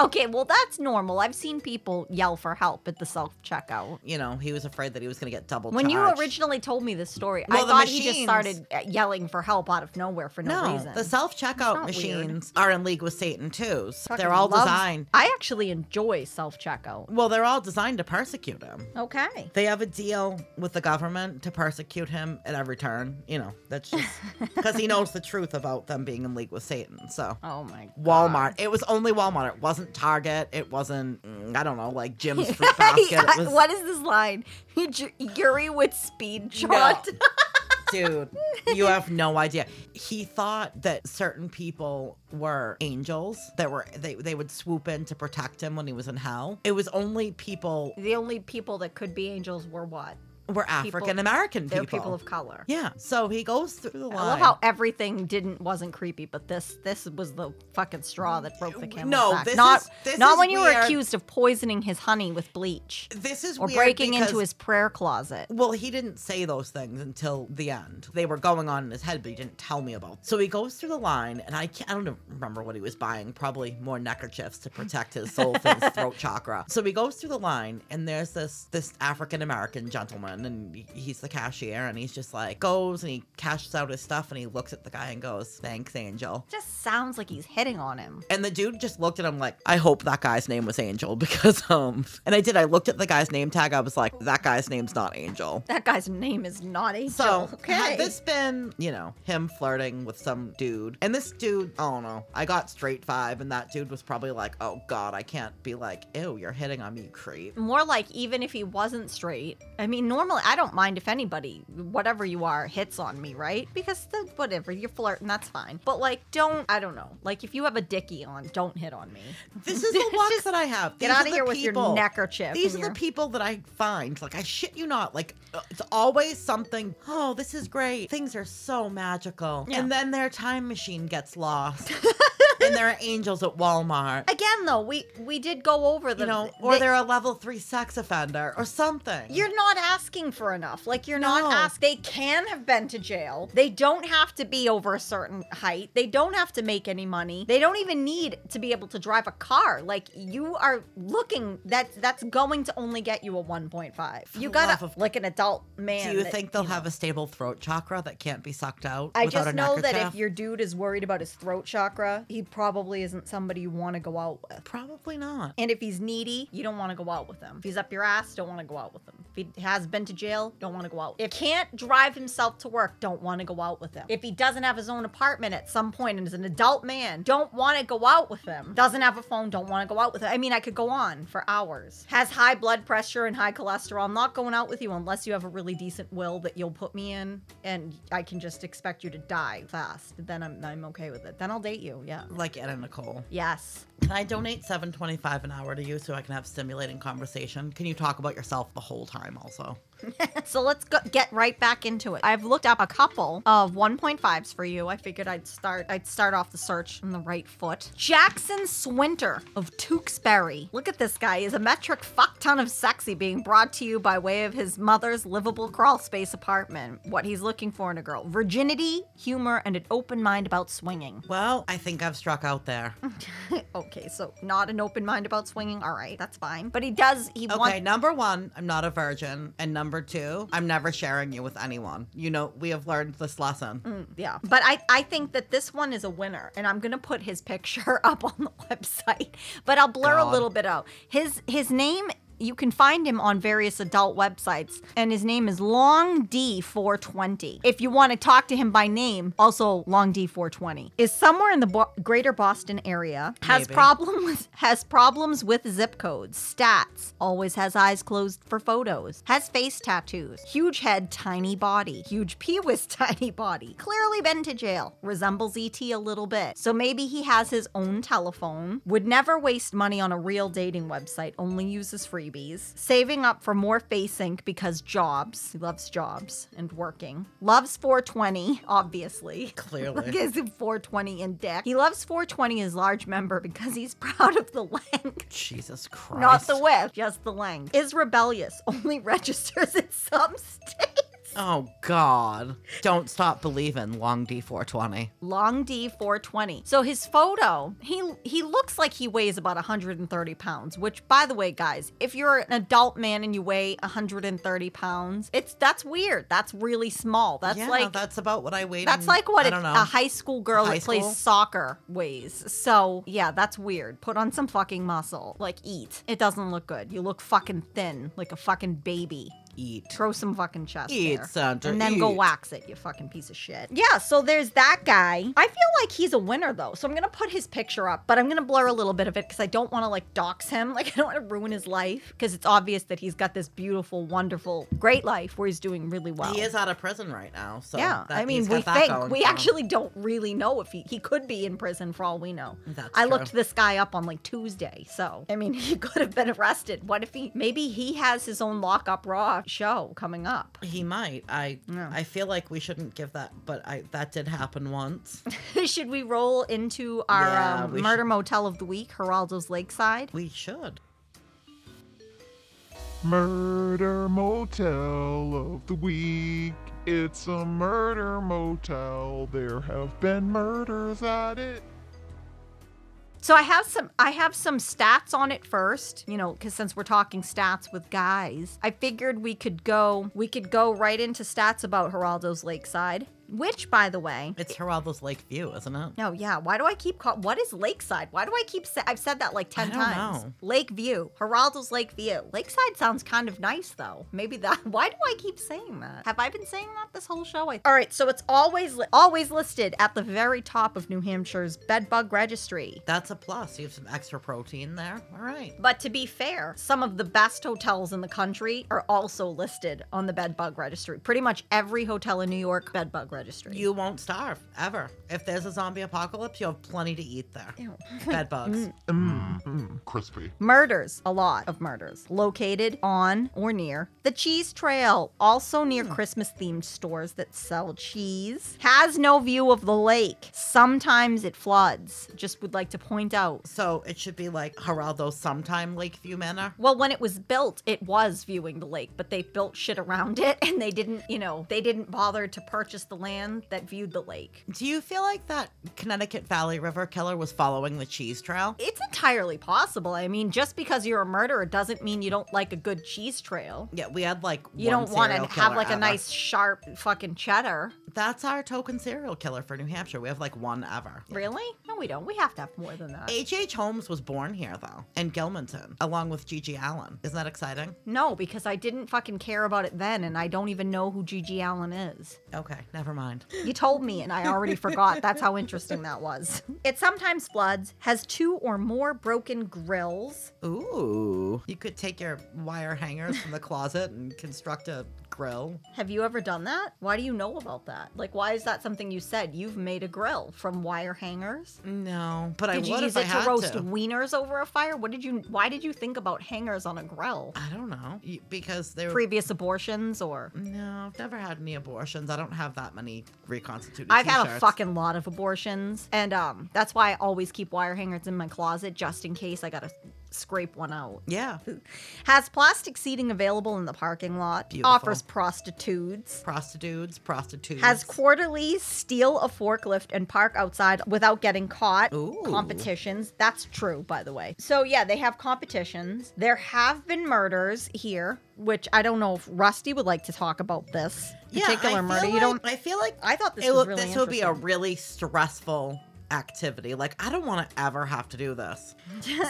Speaker 3: okay, well that's normal. I've seen people yell for help at the self checkout.
Speaker 4: you know, he was afraid that he was going to get double
Speaker 3: When you
Speaker 4: charged.
Speaker 3: originally told me this story, I
Speaker 4: Well, the
Speaker 3: thought he just
Speaker 4: machines-
Speaker 3: started uh, yelling for help out of nowhere for no,
Speaker 4: No,
Speaker 3: reason.
Speaker 4: the self checkout
Speaker 3: not weird.
Speaker 4: machines are in league with Satan too. So
Speaker 3: Fucking
Speaker 4: they're all
Speaker 3: loves-
Speaker 4: designed.
Speaker 3: I actually enjoy self checkout.
Speaker 4: Well, they're all designed to persecute him.
Speaker 3: Okay.
Speaker 4: They have a deal with the government to persecute him at every turn. You know, that's just because he knows the truth about them being in league with Satan. So.
Speaker 3: Oh my. God.
Speaker 4: Walmart. It was only Walmart. It wasn't Target. It wasn't, mm, I don't know, like Jim's Fruit Basket. It was,
Speaker 3: what is this line? Yuri with speed
Speaker 4: No.
Speaker 3: shot.
Speaker 4: Dude, you have no idea. He thought that certain people were angels that were they, they would swoop in to protect him when he was in hell. It was only people
Speaker 3: The only people that could be angels were what?
Speaker 4: were African American
Speaker 3: They
Speaker 4: people.
Speaker 3: were people of color.
Speaker 4: yeah. So he goes through the line.
Speaker 3: I love how everything didn't wasn't creepy, but this this was the fucking straw that broke the camel's
Speaker 4: No,
Speaker 3: back.
Speaker 4: this
Speaker 3: not
Speaker 4: is- this
Speaker 3: not
Speaker 4: is
Speaker 3: when you were
Speaker 4: weird.
Speaker 3: accused of poisoning his honey with bleach
Speaker 4: this is
Speaker 3: or
Speaker 4: weird
Speaker 3: breaking into
Speaker 4: because-
Speaker 3: his prayer closet.
Speaker 4: Well, he didn't say those things until the end. They were going on in his head, but he didn't tell me about. So he goes through the line, and I can't, I don't remember what he was buying. Probably more neckerchiefs to protect his soul from his throat chakra. So he goes through the line, and there's this this African American gentleman, and he- he's the cashier, and he's just like goes and he cashes out his stuff, and he looks at the guy and goes, "Thanks, Angel."
Speaker 3: Just sounds like he's hitting on him.
Speaker 4: And the dude just looked at him like, I hope that guy's name was Angel because um and I did, I looked at the guy's name tag, I was like, that guy's name's not Angel.
Speaker 3: That guy's name is not Angel.
Speaker 4: So
Speaker 3: okay.
Speaker 4: had this been, you know, him flirting with some dude, and this dude, I don't know, I got straight five, and that dude was probably like, oh god, I can't be like, ew, you're hitting on me, you creep.
Speaker 3: More like even if he wasn't straight. I mean, normally I don't mind if anybody, whatever you are, hits on me, right? Because the, whatever, you're flirting, that's fine. But like, don't, I don't know. Like, if you have a dickie on, don't hit on me.
Speaker 4: This is the luck that I have.
Speaker 3: Get out
Speaker 4: These are
Speaker 3: of
Speaker 4: the
Speaker 3: here with your
Speaker 4: people-
Speaker 3: neckerchief.
Speaker 4: These
Speaker 3: and
Speaker 4: are the
Speaker 3: your-
Speaker 4: people that I find. Like, I shit you not. Like, uh, it's always something. Oh, this is great. Things are so magical.
Speaker 3: Yeah.
Speaker 4: And then their time machine gets lost. and there are angels at Walmart.
Speaker 3: Again, though, we we did go over the
Speaker 4: you know, or
Speaker 3: they-
Speaker 4: they're a level three sex offender or something.
Speaker 3: You're not asking for enough. Like you're
Speaker 4: No.
Speaker 3: not asked. They can have been to jail. They don't have to be over a certain height. They don't have to make any money. They don't even need to be able to drive a car. Like you are looking that that's going to only get you a 1.5. You
Speaker 4: the Oh, love
Speaker 3: gotta
Speaker 4: of-
Speaker 3: like an adult man.
Speaker 4: Do you
Speaker 3: that-
Speaker 4: think they'll have a stable throat chakra that can't be sucked out?
Speaker 3: I
Speaker 4: without
Speaker 3: just
Speaker 4: a
Speaker 3: know that if
Speaker 4: neckerchief?
Speaker 3: your dude is worried about his throat chakra, he probably isn't somebody you want to go out with.
Speaker 4: Probably not.
Speaker 3: And if he's needy, you don't want to go out with him. If he's up your ass, don't want to go out with him. If he has been to jail, don't want to go out. If he can't drive himself to work, don't want to go out with him. If he doesn't have his own apartment at some point and is an adult man, don't want to go out with him. Doesn't have a phone, don't want to go out with him. I mean, I could go on for hours. Has high blood pressure and high cholesterol. I'm not going out with you unless you have a really decent will that you'll put me in, and I can just expect you to die fast. Then I'm I'm okay with it. Then I'll date you. Yeah.
Speaker 4: Like Anna Nicole.
Speaker 3: Yes.
Speaker 4: Can I donate seven twenty five an hour to you so I can have stimulating conversation? Can you talk about yourself the whole time also?
Speaker 3: So let's go, get right back into it. I've looked up a couple of 1.5s for you. I figured I'd start I'd start off the search on the right foot. Jackson Swinter of Tewksbury. Look at this guy. He's a metric fuck ton of sexy being brought to you by way of his mother's livable crawl space apartment. What he's looking for in a girl: virginity, humor, and an open mind about swinging.
Speaker 4: Well, I think I've struck out there.
Speaker 3: okay, so not an open mind about swinging. All right, that's fine. But he does. He wants.
Speaker 4: Okay, number one, I'm not a virgin. And number two, I'm never sharing you with anyone. You know, we have learned this lesson.
Speaker 3: Yeah. But I, I think that this one is a winner, and I'm gonna put his picture up on the website. But I'll blur a
Speaker 4: God.
Speaker 3: little bit out. His his name you can find him on various adult websites, and his name is Long D420. If you want to talk to him by name, also Long D420 is somewhere in the Bo- greater Boston area. Has
Speaker 4: Maybe.
Speaker 3: problems has problems with zip codes, stats. Always has eyes closed for photos. Has face tattoos. Huge head, tiny body. Huge penis, tiny body. Clearly been to jail. Resembles ET a little bit. So maybe he has his own telephone. Would never waste money on a real dating website. Only uses freebies. Saving up for more face ink because jobs. He loves jobs and working. Loves 420, obviously.
Speaker 4: Clearly.
Speaker 3: Gives him 420 in dick. He loves 420 as large member because he's proud of the length.
Speaker 4: Jesus Christ.
Speaker 3: Not the width, just the length. Is rebellious, only registers in some states.
Speaker 4: Oh, God. Don't stop believing, long D420.
Speaker 3: Long D 420. So his photo, he he looks like he weighs about 130 pounds, which by the way, guys, if you're an adult man and you weigh 130 pounds, it's that's weird. That's really small. That's
Speaker 4: yeah,
Speaker 3: like
Speaker 4: that's about what I waited.
Speaker 3: That's like what
Speaker 4: Mm, I
Speaker 3: a,
Speaker 4: don't know.
Speaker 3: a high school girl
Speaker 4: High
Speaker 3: that plays
Speaker 4: school?
Speaker 3: soccer weighs. So, yeah, that's weird. Put on some fucking muscle. Like, eat. It doesn't look good. You look fucking thin, like a fucking baby.
Speaker 4: eat.
Speaker 3: Throw some fucking chest
Speaker 4: Eat,
Speaker 3: hair.
Speaker 4: Sandra,
Speaker 3: and then go
Speaker 4: eat.
Speaker 3: wax it, you fucking piece of shit. Yeah, so there's that guy. I feel like he's a winner though, so I'm gonna put his picture up, but I'm gonna blur a little bit of it because I don't want to like dox him. Like I don't want to ruin his life because it's obvious that he's got this beautiful, wonderful, great life where he's doing really well.
Speaker 4: He is out of prison right now, so
Speaker 3: Oh. Yeah,
Speaker 4: that-
Speaker 3: I mean,
Speaker 4: he's got
Speaker 3: we
Speaker 4: that
Speaker 3: think
Speaker 4: going
Speaker 3: we
Speaker 4: for him.
Speaker 3: actually don't really know if he he could be in prison for all we know.
Speaker 4: That's
Speaker 3: I looked
Speaker 4: true.
Speaker 3: this guy up on like Tuesday, so I mean, he could have been arrested. What if he? Maybe he has his own lock up raw show coming up.
Speaker 4: He might. I
Speaker 3: No.
Speaker 4: I feel like we shouldn't give that, but I that did happen once.
Speaker 3: should we roll into our
Speaker 4: Yeah,
Speaker 3: um,
Speaker 4: we
Speaker 3: murder
Speaker 4: should.
Speaker 3: motel of the week, Geraldo's Lakeside?
Speaker 4: we should.
Speaker 1: Murder Motel of the Week. It's a murder motel. There have been murders at it.
Speaker 3: So I have some I have some stats on it first, you know, cuz since we're talking stats with guys, I figured we could go we could go right into stats about Geraldo's Lakeside. Which, by the way,
Speaker 4: It's Geraldo's Lake View, isn't it?
Speaker 3: no, yeah. Why do I keep call? What is Lakeside? Why do I keep say? I've said that like ten
Speaker 4: I don't
Speaker 3: times.
Speaker 4: know.
Speaker 3: Lakeview, Geraldo's Lakeview. Lakeside sounds kind of nice though. Maybe that. Why do I keep saying that? Have I been saying that this whole show? I- All right, so it's always li- always listed at the very top of New Hampshire's bedbug registry.
Speaker 4: That's a plus. You have some extra protein there. All right.
Speaker 3: But to be fair, some of the best hotels in the country are also listed on the bedbug registry. Pretty much every hotel in New York bedbug registry.
Speaker 4: You won't starve ever. If there's a zombie apocalypse, you have plenty to eat there.
Speaker 3: Ew.
Speaker 4: Bed bugs.
Speaker 1: Mm.
Speaker 2: Crispy.
Speaker 3: Murders, a lot of murders, located on or near the cheese trail, also near Christmas themed stores that sell cheese. Has no view of the lake. Sometimes it floods. Just would like to point out.
Speaker 4: So it should be like Geraldo sometime Lakeview Manor.
Speaker 3: Well, when it was built, it was viewing the lake, but they built shit around it and they didn't, you know, they didn't bother to purchase the land that viewed the lake.
Speaker 4: Do you feel like that Connecticut Valley River killer was following the cheese trail?
Speaker 3: It's entirely possible. I mean, just because you're a murderer doesn't mean you don't like a good cheese trail.
Speaker 4: Yeah, we had like
Speaker 3: You
Speaker 4: one
Speaker 3: don't want to
Speaker 4: serial
Speaker 3: have
Speaker 4: killer
Speaker 3: like a
Speaker 4: ever.
Speaker 3: nice sharp fucking cheddar.
Speaker 4: That's our token serial killer for New Hampshire. We have like one ever.
Speaker 3: Really? No, we don't. We have to have more than that.
Speaker 4: H.H. H. Holmes was born here though, in Gilmanton, along with Gigi Allen. Isn't that exciting?
Speaker 3: No, because I didn't fucking care about it then, and I don't even know who Gigi Allen is.
Speaker 4: Okay, never mind.
Speaker 3: You told me, and I already forgot. That's how interesting that was. It sometimes floods, has two or more broken grills.
Speaker 4: Ooh. You could take your wire hangers from the closet and construct a grill.
Speaker 3: Have you ever done that? Why do you know about that? Like, why is that something you said? You've made a grill from wire hangers.
Speaker 4: No, but I
Speaker 3: Did
Speaker 4: would
Speaker 3: you use
Speaker 4: if I
Speaker 3: it
Speaker 4: had
Speaker 3: to roast
Speaker 4: to.
Speaker 3: wieners over a fire? What did you? Why did you think about hangers on a grill?
Speaker 4: I don't know You- because they were.
Speaker 3: Previous abortions or?
Speaker 4: no, I've never had any abortions. I don't have that many reconstituted.
Speaker 3: I've had a
Speaker 4: Mm-hmm. t-shirts.
Speaker 3: fucking lot of abortions, and um, that's why I always keep wire hangers in my closet just in case I gotta scrape one out.
Speaker 4: Yeah,
Speaker 3: Has plastic seating available in the parking lot.
Speaker 4: Beautiful.
Speaker 3: Offers prostitutes.
Speaker 4: prostitutes, prostitutes.
Speaker 3: Has quarterly steal a forklift and park outside without getting caught.
Speaker 4: Ooh.
Speaker 3: Competitions. That's true, by the way. So, yeah, they have competitions. There have been murders here, which I don't know if Rusty would like to talk about this
Speaker 4: Yeah, I
Speaker 3: particular
Speaker 4: feel
Speaker 3: murder. you
Speaker 4: like-
Speaker 3: don't.
Speaker 4: I feel like
Speaker 3: I thought this
Speaker 4: it
Speaker 3: was
Speaker 4: will,
Speaker 3: really
Speaker 4: this will be a
Speaker 3: interesting.
Speaker 4: really stressful activity. Like I don't want to ever have to do this.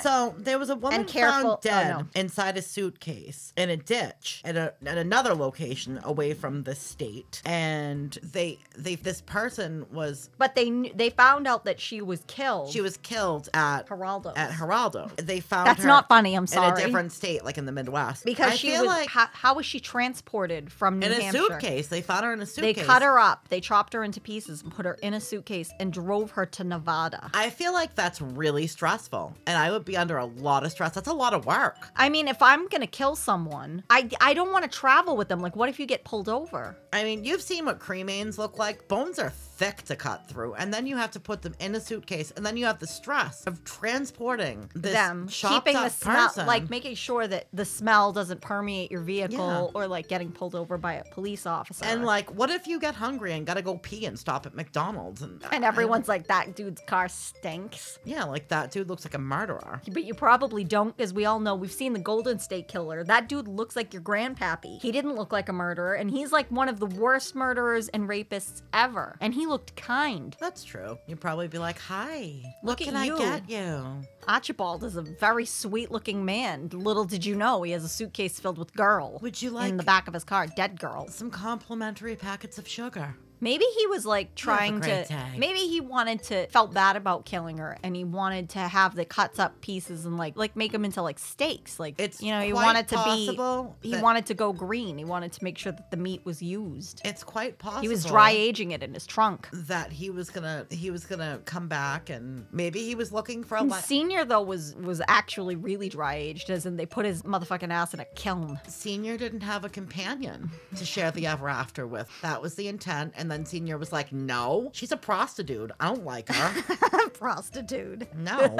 Speaker 4: so there was a woman
Speaker 3: careful-
Speaker 4: found
Speaker 3: oh,
Speaker 4: dead
Speaker 3: no.
Speaker 4: inside a suitcase in a ditch at, a, at another location away from the state, and they they this person was
Speaker 3: But they knew, they found out that she was killed.
Speaker 4: she was killed at
Speaker 3: Geraldo.
Speaker 4: at Geraldo. They found
Speaker 3: That's
Speaker 4: her
Speaker 3: not funny. I'm
Speaker 4: in
Speaker 3: sorry.
Speaker 4: a different state, like in the Midwest,
Speaker 3: because
Speaker 4: I
Speaker 3: she
Speaker 4: feel
Speaker 3: was.
Speaker 4: like
Speaker 3: how, how was she transported from New
Speaker 4: in a
Speaker 3: Hampshire?
Speaker 4: suitcase. They found her in a
Speaker 3: They
Speaker 4: suitcase.
Speaker 3: cut her up. They chopped her into pieces and put her in a suitcase and drove her to Nevada.
Speaker 4: I feel like that's really stressful, and I would be under a lot of stress. That's a lot of work.
Speaker 3: I mean, if I'm gonna kill someone, I I don't want to travel with them. Like, what if you get pulled over?
Speaker 4: I mean, you've seen what cremains look like. Bones are thick to cut through, and then you have to put them in a suitcase, and then you have the stress of transporting this
Speaker 3: them
Speaker 4: chopped
Speaker 3: keeping
Speaker 4: up
Speaker 3: the smell,
Speaker 4: person.
Speaker 3: like making sure that the smell doesn't permeate your vehicle
Speaker 4: Yeah.
Speaker 3: or like getting pulled over by a police officer.
Speaker 4: and like, what if you get hungry and gotta go pee and stop at McDonald's? And,
Speaker 3: and everyone's like, that dude's car stinks.
Speaker 4: yeah, like that dude looks like a murderer.
Speaker 3: But you probably don't, because we all know we've seen the Golden State Killer. That dude looks like your grandpappy. He didn't look like a murderer, and he's like one of the worst murderers and rapists ever. And he looked kind.
Speaker 4: That's true. You'd probably be like, "Hi,
Speaker 3: Look
Speaker 4: what
Speaker 3: at
Speaker 4: can I
Speaker 3: you."
Speaker 4: get you?"
Speaker 3: Archibald is a very sweet looking man. Little did you know he has a suitcase filled with girl.
Speaker 4: Would you like-
Speaker 3: in the back of his car, dead girls.
Speaker 4: Some complimentary packets of sugar.
Speaker 3: Maybe he was like trying to
Speaker 4: great day.
Speaker 3: maybe he wanted to felt bad about killing her and he wanted to have the cuts up pieces and like like make them into like steaks. Like
Speaker 4: It's
Speaker 3: you know, he
Speaker 4: quite
Speaker 3: wanted to
Speaker 4: possible
Speaker 3: be he
Speaker 4: that-
Speaker 3: wanted to go green. He wanted to make sure that the meat was used.
Speaker 4: It's quite possible.
Speaker 3: He was dry aging it in his trunk.
Speaker 4: that he was gonna he was gonna come back and maybe he was looking for a
Speaker 3: And
Speaker 4: li-
Speaker 3: Senior though was was actually really dry aged as in they put his motherfucking ass in a kiln.
Speaker 4: senior didn't have a companion to share the ever after with that was the intent and then senior was like no she's a prostitute i don't like her
Speaker 3: Prostitute.
Speaker 4: no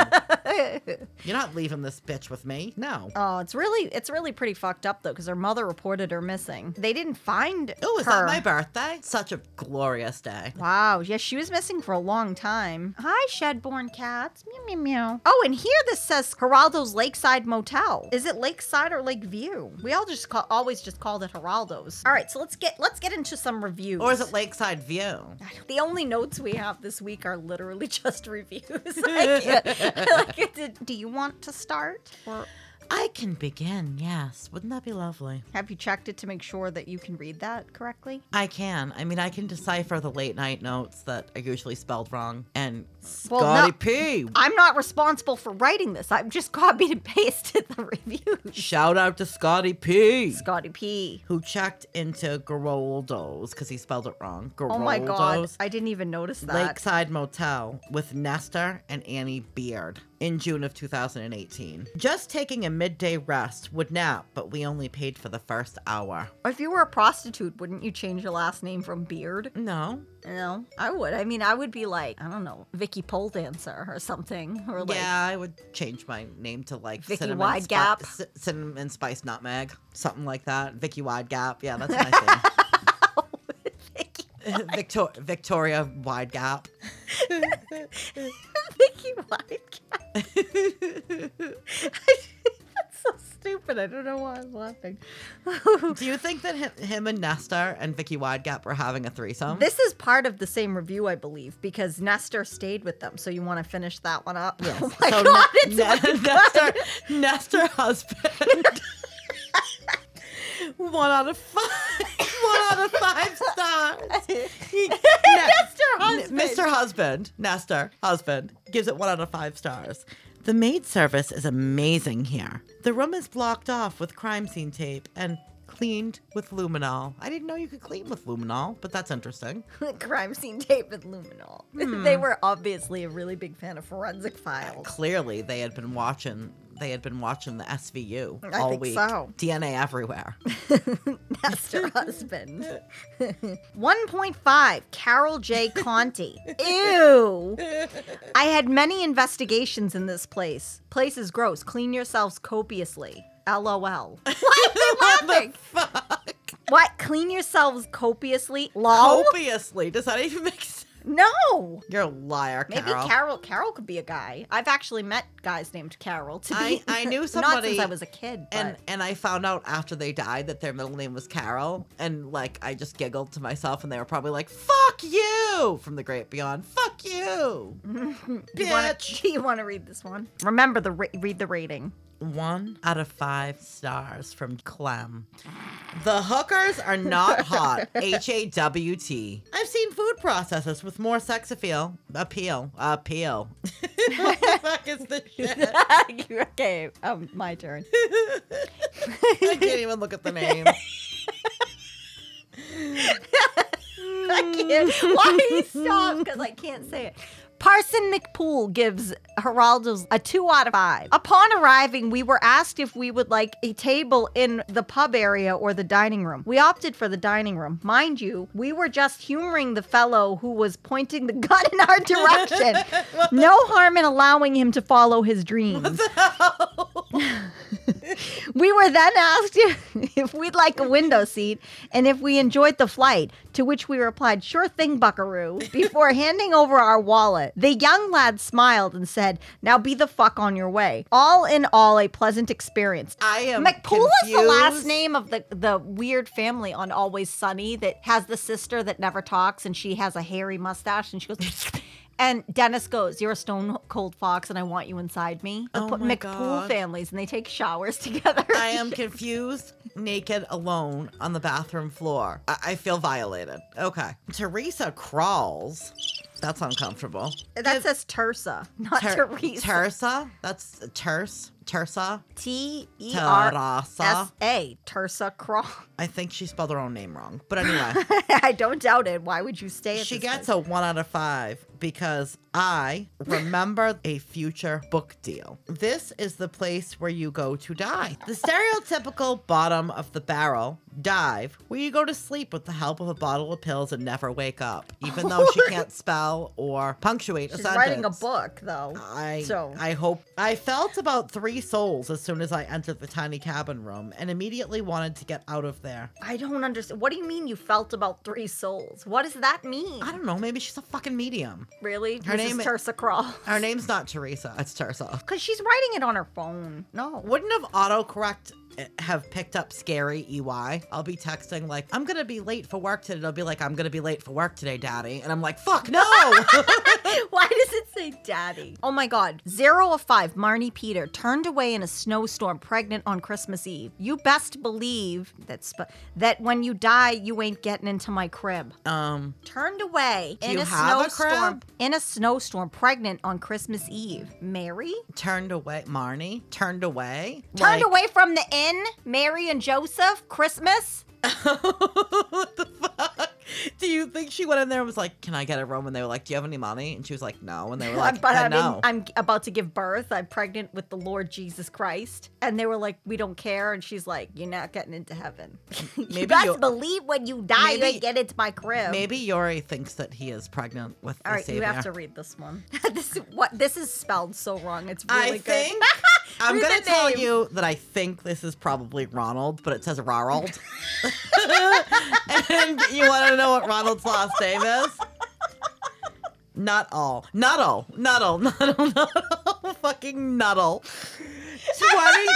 Speaker 4: you're not leaving this bitch with me no
Speaker 3: Oh, it's really it's really pretty fucked up though, because her mother reported her missing. They didn't find.
Speaker 4: oh is
Speaker 3: her.
Speaker 4: that my birthday such a glorious day
Speaker 3: Wow, yeah, she was missing for a long time. Hi, Shedborn cats. Meow meow meow. Oh, and here this says Geraldo's Lakeside Motel. Is it Lakeside or Lakeview? We all just call, always just called it Geraldo's. All right, so let's get let's get into some reviews.
Speaker 4: or is it outside view.
Speaker 3: The only notes we have this week are literally just reviews. I can't- like, it did- do you want to start? Or
Speaker 4: I can begin, yes. Wouldn't that be lovely?
Speaker 3: have you checked it to make sure that you can read that correctly?
Speaker 4: I can. I mean, I can decipher the late night notes that are usually spelled wrong. And
Speaker 3: Well,
Speaker 4: Scotty
Speaker 3: no-
Speaker 4: P,
Speaker 3: I'm not responsible for writing this. I've just copied and pasted the reviews.
Speaker 4: shout out to Scotty P,
Speaker 3: Scotty P.
Speaker 4: who checked into Geroldo's because he spelled it wrong. Geroldo's
Speaker 3: Oh my god. I didn't even notice that.
Speaker 4: Lakeside Motel with Nestor and Annie Beard in June of 2018. Just taking a midday rest would nap, but we only paid for the first hour.
Speaker 3: If you were a prostitute, wouldn't you change your last name from Beard?
Speaker 4: No.
Speaker 3: No, I would. I mean, I would be like, I don't know, Vicky Pole Dancer or something, or like
Speaker 4: yeah, I would change my name to like
Speaker 3: Vicky
Speaker 4: cinnamon
Speaker 3: Wide
Speaker 4: Spi-
Speaker 3: Gap.
Speaker 4: C- cinnamon spice nutmeg, something like that. Vicky Wide Gap. Yeah, that's my
Speaker 3: Vicky,
Speaker 4: thing. Victor- Victoria Wide Gap.
Speaker 3: Vicky Wildcat. That's so stupid. I don't know why I'm laughing.
Speaker 4: Do you think that him, him and Nestor and Vicky Wide Gap were having a threesome?
Speaker 3: this is part of the same review, I believe, because Nestor stayed with them. So you want to finish that one up?
Speaker 4: Yes.
Speaker 3: Oh my
Speaker 4: so
Speaker 3: god,
Speaker 4: Ne-
Speaker 3: it's
Speaker 4: Ne- Nestor, Nestor husband. One out of five. One out of five stars. He- Ne-
Speaker 3: husband.
Speaker 4: Mr. Husband, Nestor husband, gives it one out of five stars. The maid service is amazing here. The room is blocked off with crime scene tape and cleaned with luminol. I didn't know you could clean with luminol, but that's interesting.
Speaker 3: crime scene tape and luminol. they were obviously a really big fan of forensic files.
Speaker 4: Clearly, they had been watching. They had been watching the SVU
Speaker 3: I
Speaker 4: all
Speaker 3: think
Speaker 4: week.
Speaker 3: so.
Speaker 4: DNA everywhere.
Speaker 3: Master husband. 1.5 Carol J. Conti. Ew. I had many investigations in this place. Place is gross. Clean yourselves copiously. LOL. Why are they laughing?
Speaker 4: Fuck.
Speaker 3: What? Clean yourselves copiously? LOL?
Speaker 4: Obviously, does that even make sense?
Speaker 3: no.
Speaker 4: You're a liar,
Speaker 3: Maybe
Speaker 4: Carol.
Speaker 3: Carol. Carol could be a guy. I've actually met guys named Carol. To
Speaker 4: I-
Speaker 3: be,
Speaker 4: I knew
Speaker 3: Not since
Speaker 4: somebody-
Speaker 3: I was a kid. But.
Speaker 4: and and I found out after they died that their middle name was Carol, and like I just giggled to myself, and they were probably like, "Fuck you" from the great beyond. Fuck you,
Speaker 3: you wanna,
Speaker 4: bitch.
Speaker 3: you want to read this one? Remember the ra- read the rating.
Speaker 4: One out of five stars from Clem. The hookers are not hot. H A W T. I've seen food processors with more sex appeal. Appeal. Appeal. what the fuck is this shit?
Speaker 3: okay, um, my turn.
Speaker 4: I can't even look at the name.
Speaker 3: I can't. Why do you stop? Because I can't say it. Parson McPool gives Geraldo's a two out of five. Upon arriving, we were asked if we would like a table in the pub area or the dining room. We opted for the dining room. Mind you, we were just humoring the fellow who was pointing the gun in our direction. no harm in allowing him to follow his dreams. We were then asked if, if we'd like a window seat and if we enjoyed the flight, to which we replied, Sure thing, buckaroo, before handing over our wallet. The young lad smiled and said, Now be the fuck on your way. All in all, a pleasant experience.
Speaker 4: I am
Speaker 3: McPool is the last
Speaker 4: confused.
Speaker 3: name of the, the weird family on Always Sunny that has the sister that never talks and she has a hairy mustache and she goes, and Dennis goes, You're a stone cold fox and I want you inside me. They'll
Speaker 4: Oh
Speaker 3: put
Speaker 4: my
Speaker 3: McPool
Speaker 4: God.
Speaker 3: families and they take showers together.
Speaker 4: I am confused, naked, alone on the bathroom floor. I, I feel violated. Okay. Teresa crawls. That's uncomfortable.
Speaker 3: That says Tersa, not
Speaker 4: Ter-
Speaker 3: Teresa.
Speaker 4: Teresa? That's terse. Tersa?
Speaker 3: T E R S
Speaker 4: Teresa?
Speaker 3: A. Tersa Crawl.
Speaker 4: I think she spelled her own name wrong. But anyway.
Speaker 3: I don't doubt it. Why would you stay? At
Speaker 4: She
Speaker 3: this
Speaker 4: gets
Speaker 3: place?
Speaker 4: a one out of five because I remember a future book deal. This is the place where you go to die. The stereotypical bottom of the barrel dive, where you go to sleep with the help of a bottle of pills and never wake up, even though she can't spell or punctuate a
Speaker 3: She's
Speaker 4: sentence.
Speaker 3: writing a book, though.
Speaker 4: I
Speaker 3: so
Speaker 4: I hope I felt about three souls as soon as I entered the tiny cabin room and immediately wanted to get out of there.
Speaker 3: I don't understand. What do you mean you felt about three souls? What does that mean?
Speaker 4: I don't know, maybe she's a fucking medium.
Speaker 3: really?
Speaker 4: Her
Speaker 3: Mrs.
Speaker 4: name-
Speaker 3: Tersa Crawl.
Speaker 4: Her name's not Teresa, it's Teresa.
Speaker 3: Because she's writing it on her phone. No.
Speaker 4: wouldn't have autocorrect eh, have picked up scary EY, I'll be texting like, I'm gonna be late for work today. They'll be like, I'm gonna be late for work today, daddy. And I'm like, fuck no.
Speaker 3: Why does it say daddy? Oh my god. Zero of five, Marnie Peter, turned away in a snowstorm pregnant on Christmas Eve. You best believe that, sp- that when you die, you ain't getting into my crib.
Speaker 4: um,
Speaker 3: Turned away in
Speaker 4: you
Speaker 3: a
Speaker 4: have a
Speaker 3: snowstorm.
Speaker 4: crib?
Speaker 3: in a snowstorm pregnant on Christmas Eve. Mary?
Speaker 4: turned away, Marnie, turned away.
Speaker 3: Turned
Speaker 4: Like,
Speaker 3: away from the inn? Mary and Joseph? Christmas?
Speaker 4: what the fuck? Do you think she went in there and was like, "Can I get a room?" And they were like, "Do you have any money?" And she was like, "No." And they were like,
Speaker 3: but I'm,
Speaker 4: "Then no."
Speaker 3: in, I'm about to give birth. I'm pregnant with the Lord Jesus Christ. And they were like, we don't care. And she's like, you're not getting into heaven. you
Speaker 4: Maybe
Speaker 3: best
Speaker 4: you'll-
Speaker 3: believe when you die, you
Speaker 4: Maybe-
Speaker 3: ain't getting into my crib.
Speaker 4: Maybe Yori thinks that he is pregnant with the
Speaker 3: All right,
Speaker 4: savior.
Speaker 3: you have to read this one. this is what this is spelled so wrong. It's really
Speaker 4: I
Speaker 3: good.
Speaker 4: think I'm
Speaker 3: Read
Speaker 4: gonna
Speaker 3: the
Speaker 4: tell
Speaker 3: name.
Speaker 4: you that I think this is probably Ronald, but it says Ronald. and you want to know what Ronald's last name is? Not all, not all, not all, not all, not all, fucking nuddle. Twenty,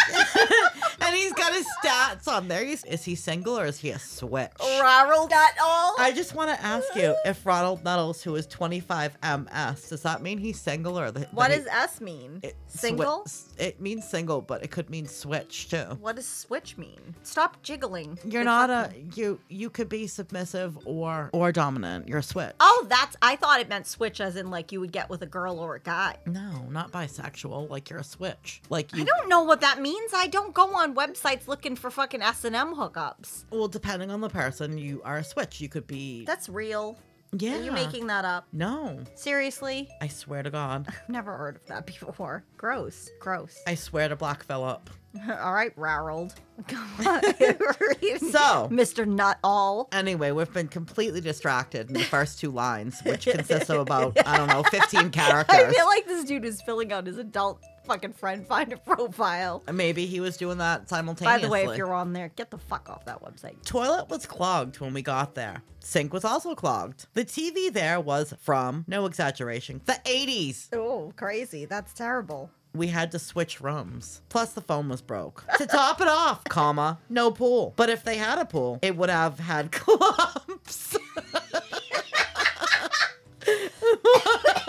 Speaker 4: and he's got his stats on there. He's, is he single or is he a switch?
Speaker 3: Ronald got all.
Speaker 4: I just want to ask you if Ronald Nuttles, who is 25 MS, does that mean he's single or the,
Speaker 3: what
Speaker 4: that he-
Speaker 3: does S mean?
Speaker 4: it- swi-
Speaker 3: Single?
Speaker 4: s- it means single, but it could mean switch too.
Speaker 3: what does switch mean? Stop jiggling.
Speaker 4: You're
Speaker 3: It's
Speaker 4: not
Speaker 3: like-
Speaker 4: a you. You could be submissive or or dominant. You're a switch.
Speaker 3: Oh, that's. I thought it meant switch as in like you would get with a girl or a guy.
Speaker 4: No, not bisexual. Like you're a switch. Like
Speaker 3: I
Speaker 4: you.
Speaker 3: don't know what that means. I don't go on websites looking for fucking S and M hookups.
Speaker 4: Well, depending on the person, you are a switch. You could be.
Speaker 3: That's real.
Speaker 4: yeah.
Speaker 3: Are you making that up?
Speaker 4: No,
Speaker 3: Seriously?
Speaker 4: I swear to God.
Speaker 3: I've never heard of that before. Gross. Gross.
Speaker 4: I swear to black up.
Speaker 3: All right, Rarold. Come on.
Speaker 4: So-
Speaker 3: Mr. Nut All.
Speaker 4: Anyway, we've been completely distracted in the first two lines, which consists of about I don't know, 15 characters.
Speaker 3: I feel like this dude is filling out his adult fucking friend finder profile.
Speaker 4: Maybe he was doing that
Speaker 3: By
Speaker 4: simultaneously.
Speaker 3: the way, if you're on there, get the fuck off that website.
Speaker 4: Toilet was clogged when we got there. Sink was also clogged. The TV there was from, no exaggeration, the 80s.
Speaker 3: Oh, crazy. That's terrible.
Speaker 4: We had to switch rooms. Plus the phone was broke. To top it off, comma, no pool. But if they had a pool, it would have had clumps.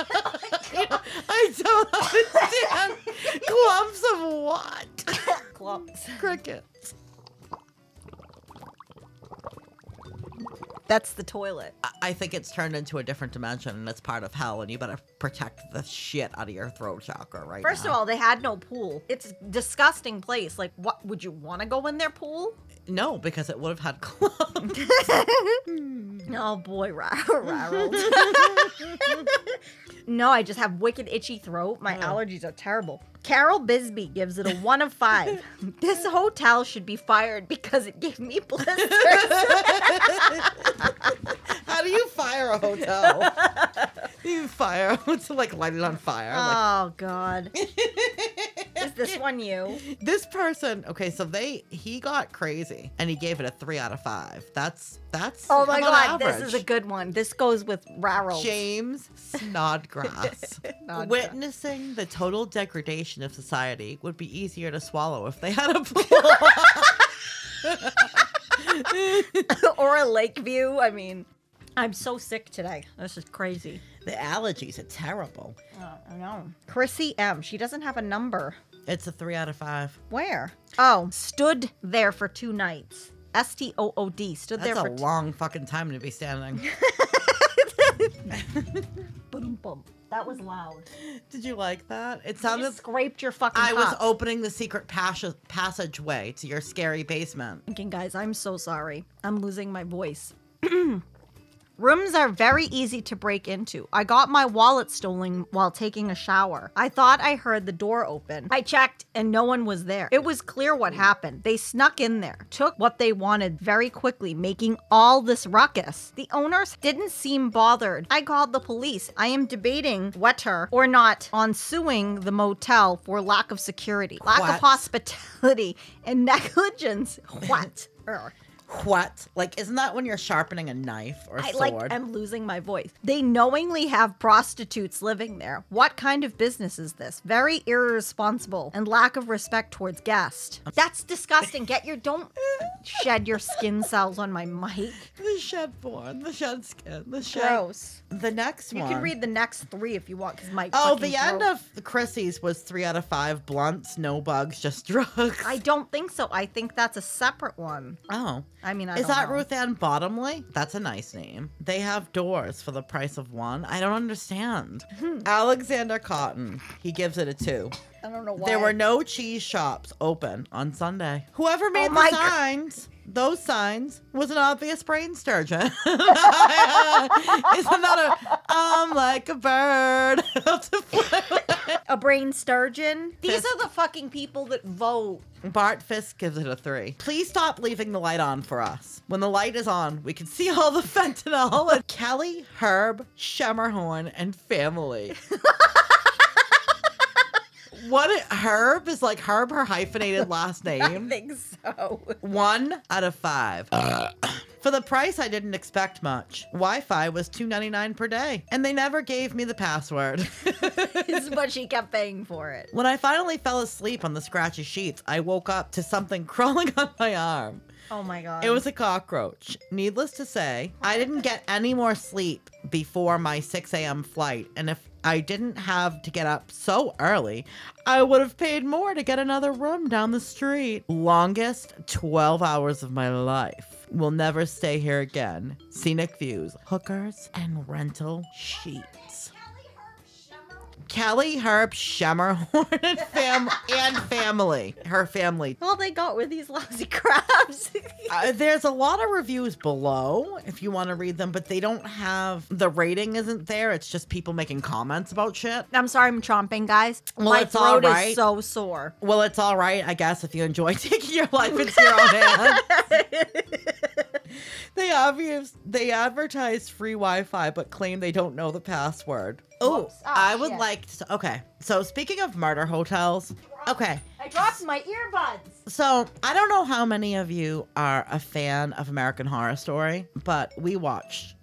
Speaker 4: I don't understand. clumps of what?
Speaker 3: Clumps.
Speaker 4: Crickets.
Speaker 3: That's the toilet.
Speaker 4: I- I think it's turned into a different dimension and it's part of hell, and you better protect the shit out of your throat chakra right
Speaker 3: First
Speaker 4: now.
Speaker 3: of all, they had no pool. It's a disgusting place. Like, what would you want to go in their pool?
Speaker 4: no, because it would have had clumps.
Speaker 3: Oh boy, Ra- Ronald. no, I just have wicked itchy throat. My allergies are terrible. Carol Bisbee gives it a one of five. this hotel should be fired because it gave me blisters.
Speaker 4: How do you fire a hotel? you fire to like light it on fire. Like,
Speaker 3: oh God. Is this one you?
Speaker 4: this person, okay, so they he got crazy and he gave it a three out of five. That's that's
Speaker 3: Oh my God,
Speaker 4: above
Speaker 3: this is a
Speaker 4: average.
Speaker 3: good one. This goes with Rarold.
Speaker 4: James Snodgrass.
Speaker 3: Snodgrass.
Speaker 4: Witnessing the total degradation of society would be easier to swallow if they had a pool.
Speaker 3: or a Lakeview. I mean, I'm so sick today. This is crazy.
Speaker 4: the allergies are terrible.
Speaker 3: Oh, I know. Chrissy M. She doesn't have a number.
Speaker 4: It's a three out of five.
Speaker 3: Where? Oh, stood there for two nights. S T O O D. Stood
Speaker 4: That's
Speaker 3: there for
Speaker 4: a long fucking time to be standing.
Speaker 3: two. Boom, boom. That was loud.
Speaker 4: Did you like that? It
Speaker 3: You
Speaker 4: sounded.
Speaker 3: scraped your fucking.
Speaker 4: I was
Speaker 3: cup.
Speaker 4: opening the secret pas- passageway to your scary basement.
Speaker 3: thinking, guys. I'm so sorry. I'm losing my voice. Rooms are very easy to break into. I got my wallet stolen while taking a shower. I thought I heard the door open. I checked and no one was there. It was clear what happened. They snuck in there, took what they wanted very quickly, making all this ruckus. The owners didn't seem bothered. I called the police. I am debating whether or not on suing the motel for lack of security, lack
Speaker 4: What?
Speaker 3: of hospitality, and negligence. What? Er.
Speaker 4: What? Like, isn't that when you're sharpening a knife or a
Speaker 3: I
Speaker 4: sword?
Speaker 3: like am losing my voice. They knowingly have prostitutes living there. What kind of business is this? Very irresponsible and lack of respect towards guests.
Speaker 4: Um,
Speaker 3: That's disgusting. Get your don't shed your skin cells on my mic.
Speaker 4: the shed born, the shed skin, the shed.
Speaker 3: Gross.
Speaker 4: The next
Speaker 3: You
Speaker 4: one.
Speaker 3: can read the next three if you want, because my
Speaker 4: Oh,
Speaker 3: fucking
Speaker 4: the end
Speaker 3: throat-
Speaker 4: of Chrissy's was three out of five blunts, no bugs, just drugs.
Speaker 3: I don't think so. I think that's a separate one.
Speaker 4: oh.
Speaker 3: I mean, I
Speaker 4: Is
Speaker 3: don't
Speaker 4: that
Speaker 3: know.
Speaker 4: Ruth Ann Bottomley? That's a nice name. They have doors for the price of one. I don't understand.
Speaker 3: Hmm.
Speaker 4: Alexander Cotton, he gives it a two.
Speaker 3: I don't know why. Oh
Speaker 4: There were no cheese shops open on Sunday. Whoever made
Speaker 3: my
Speaker 4: the
Speaker 3: God.
Speaker 4: signs, those signs, was an obvious brain sturgeon. Isn't that a I'm like a bird?
Speaker 3: a brain sturgeon. These are the fucking people that vote.
Speaker 4: Bart Fisk gives it a three. Please stop leaving the light on for us. When the light is on, we can see all the fentanyl. And Kelly, Herb, Shemmerhorn, and family. what it, Herb is like Herb, her hyphenated last
Speaker 3: I
Speaker 4: name.
Speaker 3: think so.
Speaker 4: One out of five. For the price, I didn't expect much. Wi-Fi was two ninety nine per day, and they never gave me the password.
Speaker 3: but she kept paying for it.
Speaker 4: When I finally fell asleep on the scratchy sheets, I woke up to something crawling on my arm.
Speaker 3: Oh my god.
Speaker 4: It was a cockroach. Needless to say, I didn't get any more sleep before my 6 a.m. flight. And if I didn't have to get up so early, I would have paid more to get another room down the street. Longest 12 hours of my life. Will never stay here again. Scenic views, hookers, and rental sheets. Kelly Herb Shemmerhorn and, fam- and family. Her family.
Speaker 3: all they got were these lousy crabs.
Speaker 4: Uh, there's a lot of reviews below if you want to read them, but they don't have the rating isn't there. It's just people making comments about shit.
Speaker 3: I'm sorry, I'm chomping, guys.
Speaker 4: Well,
Speaker 3: My
Speaker 4: it's all
Speaker 3: throat
Speaker 4: right.
Speaker 3: is so sore.
Speaker 4: Well, it's all right, I guess, if you enjoy taking your life into your own hands. they obvious they advertise free Wi-Fi, but claim they don't know the password. Oh,
Speaker 3: Whoops. Ah,
Speaker 4: I would
Speaker 3: shit.
Speaker 4: like to. Okay, so speaking of murder hotels, okay.
Speaker 3: I dropped my earbuds.
Speaker 4: So, I don't know how many of you are a fan of American Horror Story, but we watched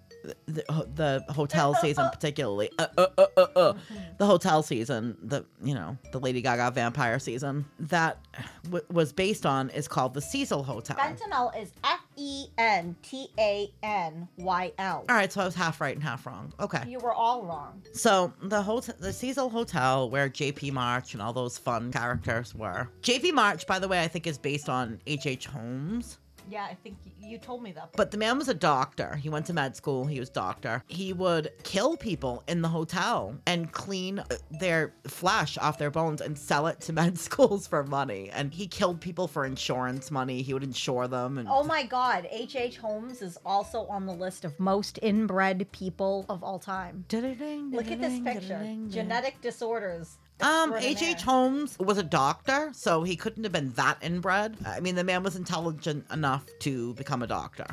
Speaker 4: the, the, the hotel season particularly. Uh, uh, uh, uh, uh. The hotel season, the, you know, the Lady Gaga vampire season that w- was based on is called the Cecil Hotel.
Speaker 3: Fentanyl is F E N T A N Y L.
Speaker 4: All right, so I was half right and half wrong. Okay.
Speaker 3: You were all wrong.
Speaker 4: So the hotel, the Cecil Hotel, where J.P. March and all those fun characters were. J.P. March, by the way, I think is based on H.H. Holmes.
Speaker 3: Yeah, I think y- you told me that.
Speaker 4: But the man was a doctor. He went to med school. He was doctor. He would kill people in the hotel and clean uh, their flesh off their bones and sell it to med schools for money. And he killed people for insurance money. He would insure them. And
Speaker 3: Oh my god, H.H. H. Holmes is also on the list of most inbred people of all time. Look at this picture. Genetic disorders.
Speaker 4: Um, H.H.
Speaker 3: extraordinaire.
Speaker 4: H. Holmes was a doctor, so he couldn't have been that inbred. I mean, the man was intelligent enough to become a doctor.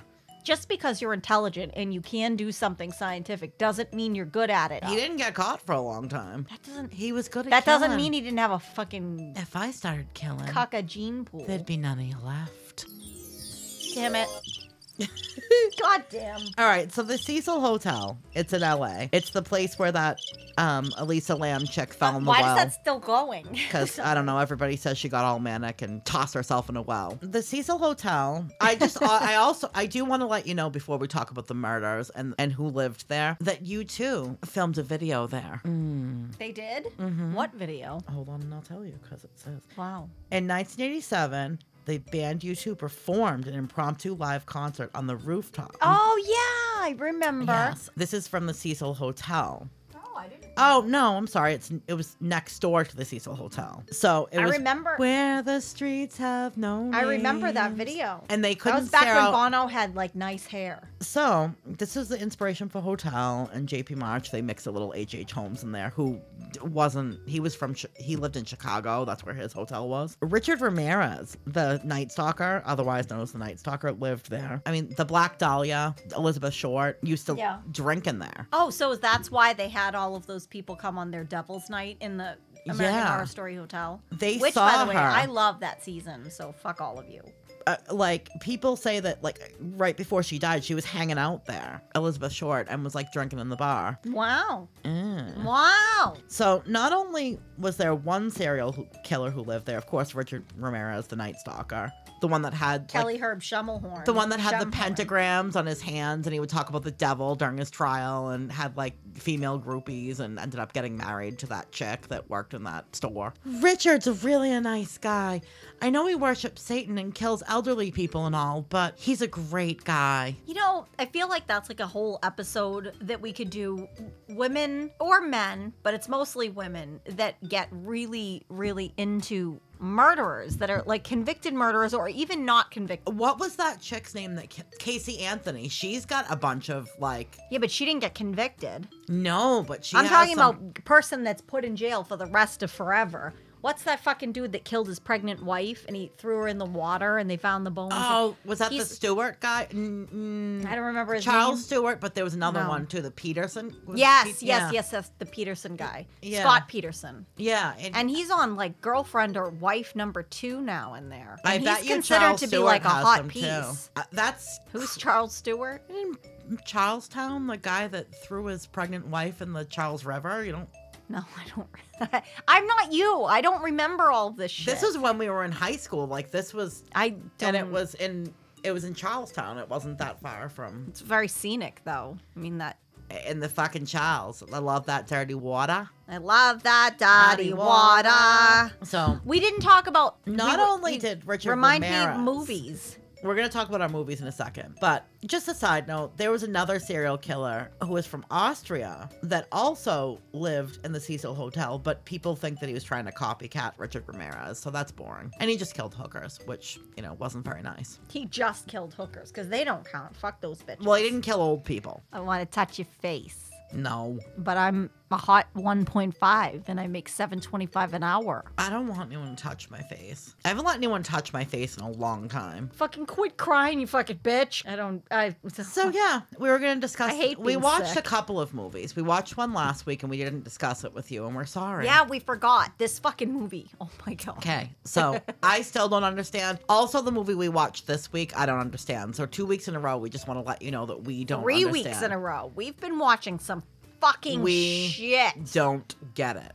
Speaker 3: Just because you're intelligent and you can do something scientific doesn't mean you're good at it.
Speaker 4: He didn't get caught for a long time.
Speaker 3: That doesn't.
Speaker 4: He was good at
Speaker 3: That doesn't
Speaker 4: killing.
Speaker 3: mean he didn't have a fucking
Speaker 4: If I started killing,
Speaker 3: caca gene pool.
Speaker 4: there'd be none of you left.
Speaker 3: Damn it. God damn.
Speaker 4: All right, so the Cecil Hotel. It's in LA. It's the place where that um, Elisa Lamb chick fell in the
Speaker 3: Why
Speaker 4: well.
Speaker 3: is that still going?
Speaker 4: because I don't know. Everybody says she got all manic and tossed herself in a well. The Cecil Hotel. I just, I also, I do want to let you know before we talk about the murders and and who lived there that you too filmed a video there.
Speaker 3: Mm. they did? What video?
Speaker 4: Hold on, and I'll tell you because it says
Speaker 3: Mm-hmm. Wow.
Speaker 4: in 1987 the band U2 performed an impromptu live concert on the rooftop.
Speaker 3: Oh, yeah, I remember.
Speaker 4: yes, this is from the Cecil Hotel.
Speaker 3: Oh, I didn't.
Speaker 4: Oh no, I'm sorry. It's it was next door to the Cecil Hotel. So it
Speaker 3: I
Speaker 4: was
Speaker 3: remember.
Speaker 4: where the streets have no.
Speaker 3: I remember that
Speaker 4: names.
Speaker 3: video.
Speaker 4: And they
Speaker 3: that
Speaker 4: couldn't
Speaker 3: was back
Speaker 4: stare
Speaker 3: when
Speaker 4: out-
Speaker 3: Bono had like nice hair.
Speaker 4: So this is the inspiration for Hotel and J.P. March. They mixed a little H.H. Holmes in there, who d- wasn't. He was from. Chi- He lived in Chicago. That's where his hotel was. Richard Ramirez, the Night Stalker, otherwise known as the Night Stalker, lived there. I mean, the Black Dahlia, Elizabeth Short used to
Speaker 3: Yeah.
Speaker 4: drink in there.
Speaker 3: Oh, so that's why they had all of those people come on their Devil's Night in the American
Speaker 4: Yeah.
Speaker 3: Horror Story Hotel.
Speaker 4: They
Speaker 3: Which,
Speaker 4: saw
Speaker 3: by the way,
Speaker 4: her.
Speaker 3: I love that season. So fuck all of you.
Speaker 4: uh, like people say that like right before she died she was hanging out there elizabeth short and was like drinking in the bar
Speaker 3: Wow.
Speaker 4: Mm.
Speaker 3: Wow.
Speaker 4: so not only was there one serial who- killer who lived there of course richard ramirez the night stalker the one that had like,
Speaker 3: Kelly Herb Schummelhorn.
Speaker 4: the one that had the
Speaker 3: Shumhorn.
Speaker 4: pentagrams on his hands and he would talk about the devil during his trial and had like female groupies and ended up getting married to that chick that worked in that store. Richard's really a nice guy. I know he worships Satan and kills elderly people and all, but he's a great guy.
Speaker 3: You know, I feel like that's like a whole episode that we could do women or men, but it's mostly women that get really, really into murderers that are like convicted murderers or even not convicted.
Speaker 4: What was that chick's name that ki- Casey Anthony? She's got a bunch of like
Speaker 3: Yeah, but she didn't get convicted.
Speaker 4: no, but she
Speaker 3: I'm
Speaker 4: has
Speaker 3: talking
Speaker 4: some-
Speaker 3: about person that's put in jail for the rest of forever. What's that fucking dude that killed his pregnant wife and he threw her in the water and they found the bones?
Speaker 4: Oh, was that the
Speaker 3: He's-
Speaker 4: Stewart guy? Mm,
Speaker 3: I don't remember his
Speaker 4: Charles
Speaker 3: name.
Speaker 4: Stewart, but there was another
Speaker 3: No.
Speaker 4: one too, the Peterson. was it
Speaker 3: Yes,
Speaker 4: Pe-
Speaker 3: yes,
Speaker 4: yeah.
Speaker 3: yes, yes. The Peterson guy,
Speaker 4: Yeah.
Speaker 3: Scott Peterson.
Speaker 4: Yeah, and,
Speaker 3: and he's on like girlfriend or wife number two now in there.
Speaker 4: I
Speaker 3: And
Speaker 4: bet
Speaker 3: he's
Speaker 4: you
Speaker 3: considered
Speaker 4: Charles
Speaker 3: to be
Speaker 4: Stewart
Speaker 3: like a
Speaker 4: has
Speaker 3: hot
Speaker 4: them, too.
Speaker 3: piece.
Speaker 4: Uh, that's
Speaker 3: Who's Charles Stewart?
Speaker 4: in Charlestown, the guy that threw his pregnant wife in the Charles River. You know,
Speaker 3: No, I don't. I'm not you. I don't remember all of this shit.
Speaker 4: this was when we were in high school. Like this was,
Speaker 3: I. Don't,
Speaker 4: and it was in it was in Charlestown. It wasn't that far from
Speaker 3: It's very scenic though. I mean that.
Speaker 4: in the fucking Charles. I love that dirty water.
Speaker 3: I love that daddy water.
Speaker 4: So
Speaker 3: We didn't talk about.
Speaker 4: Not
Speaker 3: we were-
Speaker 4: only
Speaker 3: we-
Speaker 4: did Richard
Speaker 3: remind
Speaker 4: Ramirez-
Speaker 3: me movies.
Speaker 4: We're going to talk about our movies in a second. But just a side note, there was another serial killer who was from Austria that also lived in the Cecil Hotel, but people think that he was trying to copycat Richard Ramirez. So that's boring. And he just killed hookers, which, you know, wasn't very nice.
Speaker 3: He just killed hookers because they don't count. Fuck those bitches.
Speaker 4: Well, he didn't kill old people.
Speaker 3: I want to touch your face,
Speaker 4: No.
Speaker 3: but I'm a hot 1.5 and I make 7.25 an hour.
Speaker 4: I don't want anyone to touch my face. I haven't let anyone touch my face in a long time.
Speaker 3: Fucking quit crying, you fucking bitch. I don't. I.
Speaker 4: So yeah, we were going to discuss.
Speaker 3: I hate
Speaker 4: we
Speaker 3: being
Speaker 4: watched
Speaker 3: sick.
Speaker 4: a couple of movies. We watched one last week, and we didn't discuss it with you, and we're sorry.
Speaker 3: yeah, we forgot this fucking movie. Oh my god.
Speaker 4: Okay, so I still don't understand. Also, the movie we watched this week, I don't understand. So two weeks in a row, we just want to let you know that we don't.
Speaker 3: Three
Speaker 4: understand.
Speaker 3: weeks in a row, we've been watching some fucking
Speaker 4: We
Speaker 3: shit.
Speaker 4: Don't get it.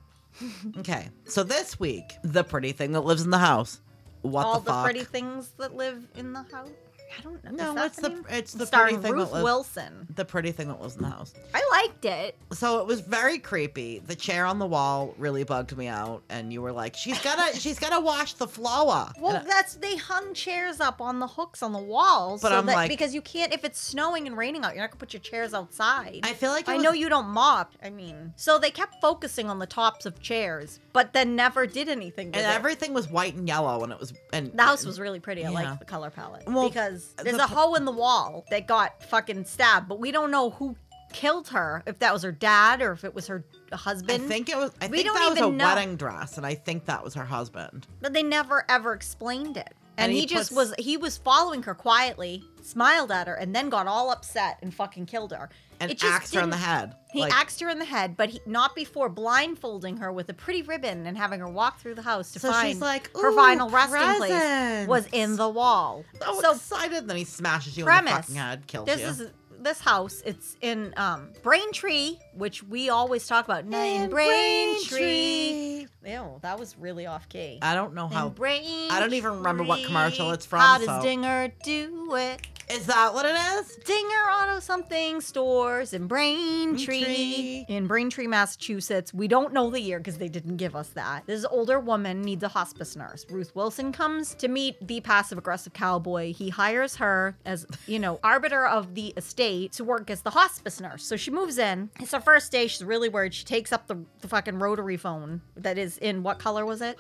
Speaker 4: Okay, so this week, the pretty thing that lives in the house. What
Speaker 3: All
Speaker 4: the
Speaker 3: the,
Speaker 4: fuck?
Speaker 3: pretty things that live in the house. I don't know.
Speaker 4: No,
Speaker 3: Is that
Speaker 4: it's the-
Speaker 3: name?
Speaker 4: it's the
Speaker 3: Starring
Speaker 4: pretty thing that
Speaker 3: Ruth
Speaker 4: lives-
Speaker 3: Wilson.
Speaker 4: the pretty thing that lives in the house.
Speaker 3: I liked it.
Speaker 4: So it was very creepy. The chair on the wall really bugged me out, and you were like, "She's gotta, she's gotta wash the floor."
Speaker 3: Well,
Speaker 4: And I-
Speaker 3: that's they hung chairs up on the hooks on the walls,
Speaker 4: But
Speaker 3: so
Speaker 4: I'm
Speaker 3: that
Speaker 4: like-
Speaker 3: because you can't if it's snowing and raining out, you're not gonna put your chairs outside.
Speaker 4: I feel like it
Speaker 3: I
Speaker 4: was-
Speaker 3: know you don't mop. I mean, so they kept focusing on the tops of chairs, but then never did anything. With
Speaker 4: and
Speaker 3: it.
Speaker 4: everything was white and yellow, and it was and
Speaker 3: the house was really pretty. I
Speaker 4: Yeah.
Speaker 3: like the color palette
Speaker 4: Well,
Speaker 3: because
Speaker 4: the
Speaker 3: there's
Speaker 4: pro-
Speaker 3: a hole in the wall that got fucking stabbed, but we don't know who killed her. If that was her dad or if it was her
Speaker 4: I
Speaker 3: husband.
Speaker 4: think it was. I
Speaker 3: we
Speaker 4: think
Speaker 3: don't
Speaker 4: that was a
Speaker 3: even know.
Speaker 4: wedding dress, and I think that was her husband.
Speaker 3: but they never ever explained it.
Speaker 4: And
Speaker 3: And,
Speaker 4: he
Speaker 3: he, just
Speaker 4: puts-
Speaker 3: was he was following her quietly, smiled at her, and then got all upset and fucking killed her.
Speaker 4: and
Speaker 3: It just
Speaker 4: axed her in the
Speaker 3: didn't-
Speaker 4: head.
Speaker 3: He
Speaker 4: Like,
Speaker 3: axed her in the head, but he, not before blindfolding her with a pretty ribbon and having her walk through the house to
Speaker 4: So she's
Speaker 3: find
Speaker 4: like,
Speaker 3: her
Speaker 4: "Ooh,
Speaker 3: final resting
Speaker 4: presents."
Speaker 3: place was in the wall.
Speaker 4: so,
Speaker 3: so
Speaker 4: excited, and then he smashes you in the
Speaker 3: premise.
Speaker 4: fucking head, kills
Speaker 3: this
Speaker 4: you.
Speaker 3: is this house. It's in um, Braintree, which we always talk about. Now in Braintree. Ew, that was really off key.
Speaker 4: I don't know how.
Speaker 3: In Braintree.
Speaker 4: I don't even remember what commercial it's from,
Speaker 3: How does
Speaker 4: so-
Speaker 3: Dinger do it?
Speaker 4: Is that what it is?
Speaker 3: Dinger Auto something stores in Braintree.
Speaker 4: Braintree.
Speaker 3: In Braintree, Massachusetts. We don't know the year because they didn't give us that. This older woman needs a hospice nurse. Ruth Wilson comes to meet the passive aggressive cowboy. He hires her as, you know, arbiter of the estate to work as the hospice nurse. So she moves in. It's her first day. She's really worried. She takes up the, the fucking rotary phone that is in what color was it?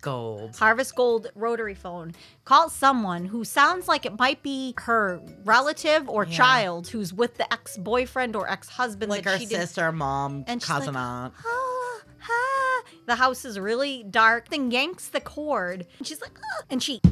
Speaker 4: gold.
Speaker 3: Harvest Gold rotary phone. Call someone who sounds like it might be her relative or
Speaker 4: Yeah.
Speaker 3: child who's with the ex boyfriend or ex husband
Speaker 4: Like
Speaker 3: that
Speaker 4: her
Speaker 3: she did.
Speaker 4: sister, mom,
Speaker 3: And she's like,
Speaker 4: cousin, aunt.
Speaker 3: "Ah, ah." The house is really dark. Then yanks the cord, and she's like, "Ah," and she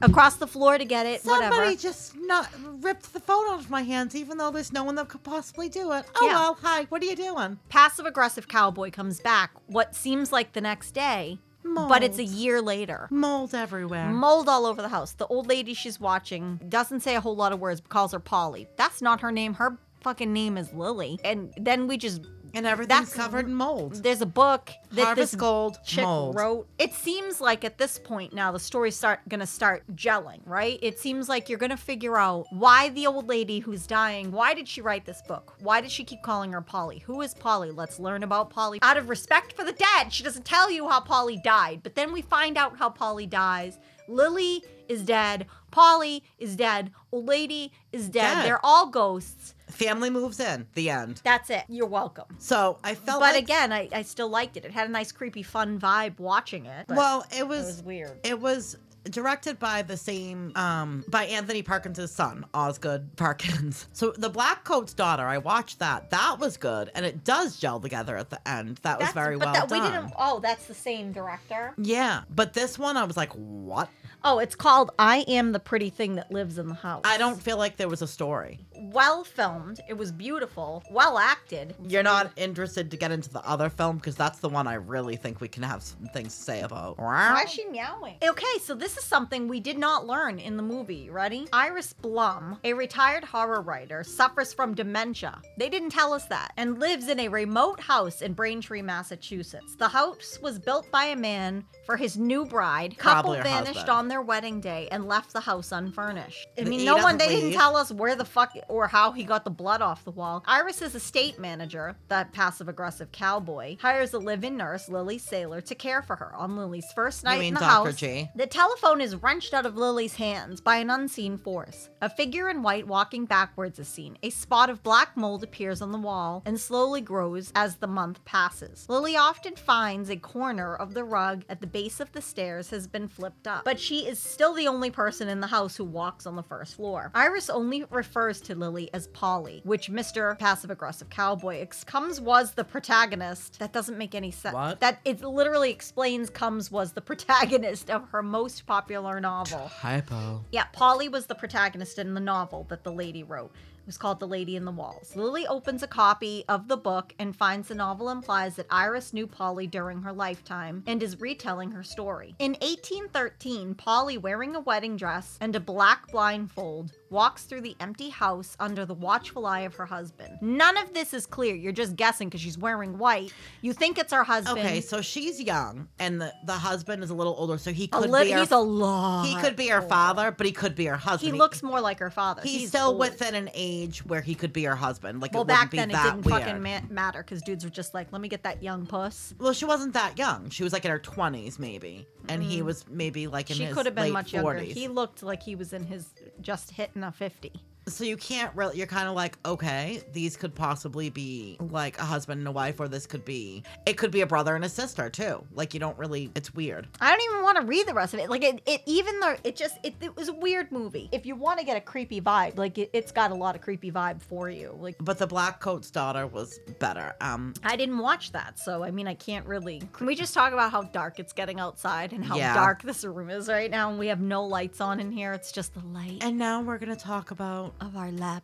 Speaker 3: across the floor to get it,
Speaker 4: Somebody
Speaker 3: whatever.
Speaker 4: just not ripped the phone out of my hands, even though there's no one that could possibly do it. Oh
Speaker 3: Yeah.
Speaker 4: well, hi. What are you doing?
Speaker 3: Passive aggressive cowboy comes back, what seems like the next day, but it's a year later.
Speaker 4: Mold everywhere.
Speaker 3: Mold all over the house. The old lady she's watching doesn't say a whole lot of words, but calls her Polly. That's not her name. Her fucking name is Lily. And then we just
Speaker 4: and everything's
Speaker 3: That's-
Speaker 4: covered in mold.
Speaker 3: there's a book that
Speaker 4: Harvest
Speaker 3: this
Speaker 4: gold
Speaker 3: chick
Speaker 4: mold.
Speaker 3: wrote. It seems like at this point now the story's start gonna start gelling, right? It seems like you're gonna figure out why the old lady who's dying, why did she write this book? Why did she keep calling her Polly? Who is Polly? Let's learn about Polly. Out of respect for the dead, she doesn't tell you how Polly died, but then we find out how Polly dies. Lily is dead. Polly is dead. Old lady is dead.
Speaker 4: Dead.
Speaker 3: They're all ghosts.
Speaker 4: Family moves in. The end.
Speaker 3: That's it. You're welcome
Speaker 4: So I felt
Speaker 3: but
Speaker 4: like,
Speaker 3: again, I, I still liked it. It had a nice, creepy, fun vibe watching it. but
Speaker 4: well, it
Speaker 3: it
Speaker 4: was,
Speaker 3: was weird.
Speaker 4: it was directed by the same um by Anthony Parkins' son, Osgood Parkins. So the Black Coat's daughter, I watched that. That was good, and it does gel together at the end. That was
Speaker 3: That's-
Speaker 4: very
Speaker 3: but
Speaker 4: well
Speaker 3: that,
Speaker 4: done.
Speaker 3: We didn't, oh, that's the same director.
Speaker 4: Yeah, but this one I was like, what?
Speaker 3: Oh, it's called "I Am the Pretty Thing That Lives in the House."
Speaker 4: I don't feel like there was a story.
Speaker 3: Well filmed. It was beautiful. Well acted.
Speaker 4: You're not interested to get into the other film because that's the one I really think we can have some things to say about.
Speaker 3: Why is she meowing? Okay, so this is something we did not learn in the movie. Ready? Iris Blum, a retired horror writer, suffers from dementia. They didn't tell us that, and lives in a remote house in Braintree, Massachusetts. The house was built by a man for his new bride. Couple
Speaker 4: Probably her
Speaker 3: vanished
Speaker 4: husband.
Speaker 3: on their wedding day and left the house unfurnished. I
Speaker 4: The-
Speaker 3: mean,
Speaker 4: he
Speaker 3: no one.
Speaker 4: doesn't
Speaker 3: They didn't
Speaker 4: leave.
Speaker 3: tell us where the fuck or how he got the blood off the wall. Iris's estate manager, that passive aggressive cowboy, hires a live-in nurse, Lily Sailor, to care for her on Lily's first night in
Speaker 4: mean
Speaker 3: the
Speaker 4: Dr.
Speaker 3: house.
Speaker 4: G?
Speaker 3: The telephone is wrenched out of Lily's hands by an unseen force. A figure in white walking backwards is seen. A spot of black mold appears on the wall and slowly grows as the month passes. Lily often finds a corner of the rug at the base of the stairs has been flipped up, but she is still the only person in the house who walks on the first floor. Iris only refers to Lily as Polly, which Mr. Passive Aggressive Cowboy ex- comes was the protagonist. That doesn't make any sense.
Speaker 4: What?
Speaker 3: That it literally explains Combs was the protagonist of her most popular novel.
Speaker 4: Hypo.
Speaker 3: Yeah, Polly was the protagonist in the novel that the lady wrote. It was called The Lady in the Walls. Lily opens a copy of the book and finds the novel implies that Iris knew Polly during her lifetime and is retelling her story. In 1813, Polly, wearing a wedding dress and a black blindfold, walks through the empty house under the watchful eye of her husband. None of this is clear. You're just guessing because she's wearing white. You think it's her husband.
Speaker 4: Okay, so she's young, and the, the husband is a little older, so he
Speaker 3: a
Speaker 4: could
Speaker 3: lit-
Speaker 4: be her,
Speaker 3: he's a lot.
Speaker 4: he could be her father, but he could be her
Speaker 3: He
Speaker 4: husband.
Speaker 3: looks more like her father.
Speaker 4: He's, still
Speaker 3: old.
Speaker 4: within an age where he could be her husband. Like
Speaker 3: Well,
Speaker 4: it wouldn't
Speaker 3: back
Speaker 4: be
Speaker 3: then it
Speaker 4: that
Speaker 3: didn't
Speaker 4: weird.
Speaker 3: fucking ma- matter because dudes were just like, let me get that young puss.
Speaker 4: Well, she wasn't that young. She was like in her twenties, maybe, and he was maybe like in
Speaker 3: Mm-hmm. she
Speaker 4: his
Speaker 3: could have been
Speaker 4: late
Speaker 3: much
Speaker 4: 40s.
Speaker 3: younger. He looked like he was in his just hitting a 50.
Speaker 4: So you can't really. You're kind of like, okay, these could possibly be like a husband and a wife, or this could be. It could be a brother and a sister too. Like you don't really. It's weird.
Speaker 3: I don't even want to read the rest of it. Like, it, it even though it just, it, it was a weird movie. If you want to get a creepy vibe, like, it, it's got a lot of creepy vibe for you. Like,
Speaker 4: But the black coat's daughter was better. Um,
Speaker 3: I didn't watch that, so I mean, I can't really. Can we just talk about how dark it's getting outside and how
Speaker 4: Yeah.
Speaker 3: dark this room is right now? And we have no lights on in here. It's just the light
Speaker 4: and now we're gonna talk about.
Speaker 3: of our laptops.